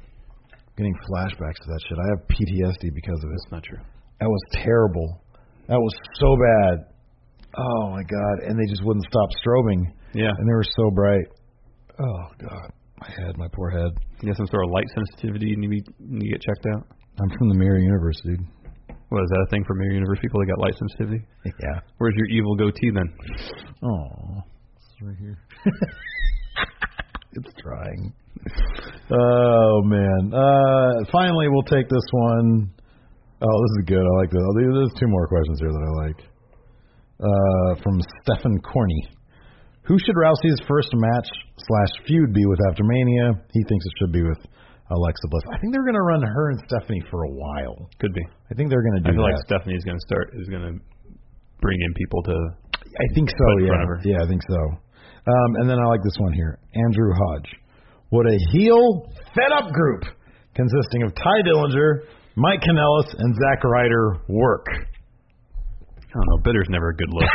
S2: Getting flashbacks to that shit. I have PTSD because of it.
S1: That's not true.
S2: That was terrible. That was so bad. Oh my God, and they just wouldn't stop strobing,
S1: Yeah,
S2: and they were so bright. Oh God, my head, my poor head.
S1: you got some sort of light sensitivity, and you need need to get checked out.
S2: I'm from the Mirror Universe, dude.
S1: What is that a thing for Mirror Universe people? They got light sensitivity.
S2: Yeah.
S1: Where's your evil goatee then?
S2: Oh, it's right here. it's trying. Oh man. Uh, finally, we'll take this one. Oh, this is good. I like this. Oh, there- There's two more questions here that I like. Uh, from Stefan Corney. Who should Rousey's first match slash feud be with after Mania? He thinks it should be with Alexa Bliss. I think they're gonna run her and Stephanie for a while.
S1: Could be.
S2: I think they're gonna do
S1: I feel
S2: that.
S1: like Stephanie's going to start is going to bring in people to.
S2: I think so.
S1: in
S2: Yeah,
S1: front of her.
S2: yeah, I think so. Um, and then I like this one here, Andrew Hodge. What a heel fed up group consisting of Ty Dillinger, Mike Kanellis, and Zack Ryder work.
S1: I don't know. Bitter's never a good look.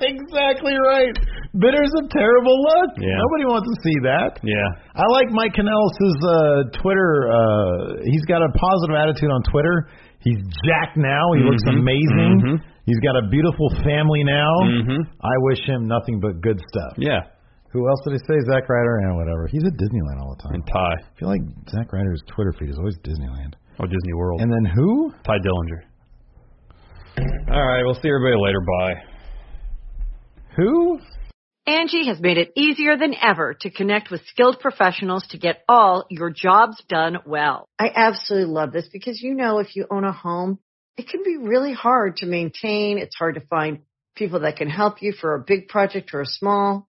S2: Exactly right. Bitter's a terrible look.
S1: Yeah.
S2: Nobody wants to see that.
S1: yeah.
S2: I like Mike Kanellis' uh, Twitter. Uh, he's got a positive attitude on Twitter. He's jacked now. He looks
S1: Mhm.
S2: amazing.
S1: Mhm.
S2: He's got a beautiful family now.
S1: Mhm.
S2: I wish him nothing but good stuff.
S1: Yeah.
S2: Who else did he say? Zack Ryder and whatever. He's at Disneyland all the time.
S1: And Ty.
S2: I feel like Zack Ryder's Twitter feed is always Disneyland.
S1: Oh, Disney World.
S2: And then who?
S1: Ty Dillinger. All right. We'll see everybody later. Bye.
S2: Who?
S3: Angie has made it easier than ever to connect with skilled professionals to get all your jobs done well. I absolutely love this because you know if you own a home, it can be really hard to maintain. It's hard to find people that can help you for a big project or a small.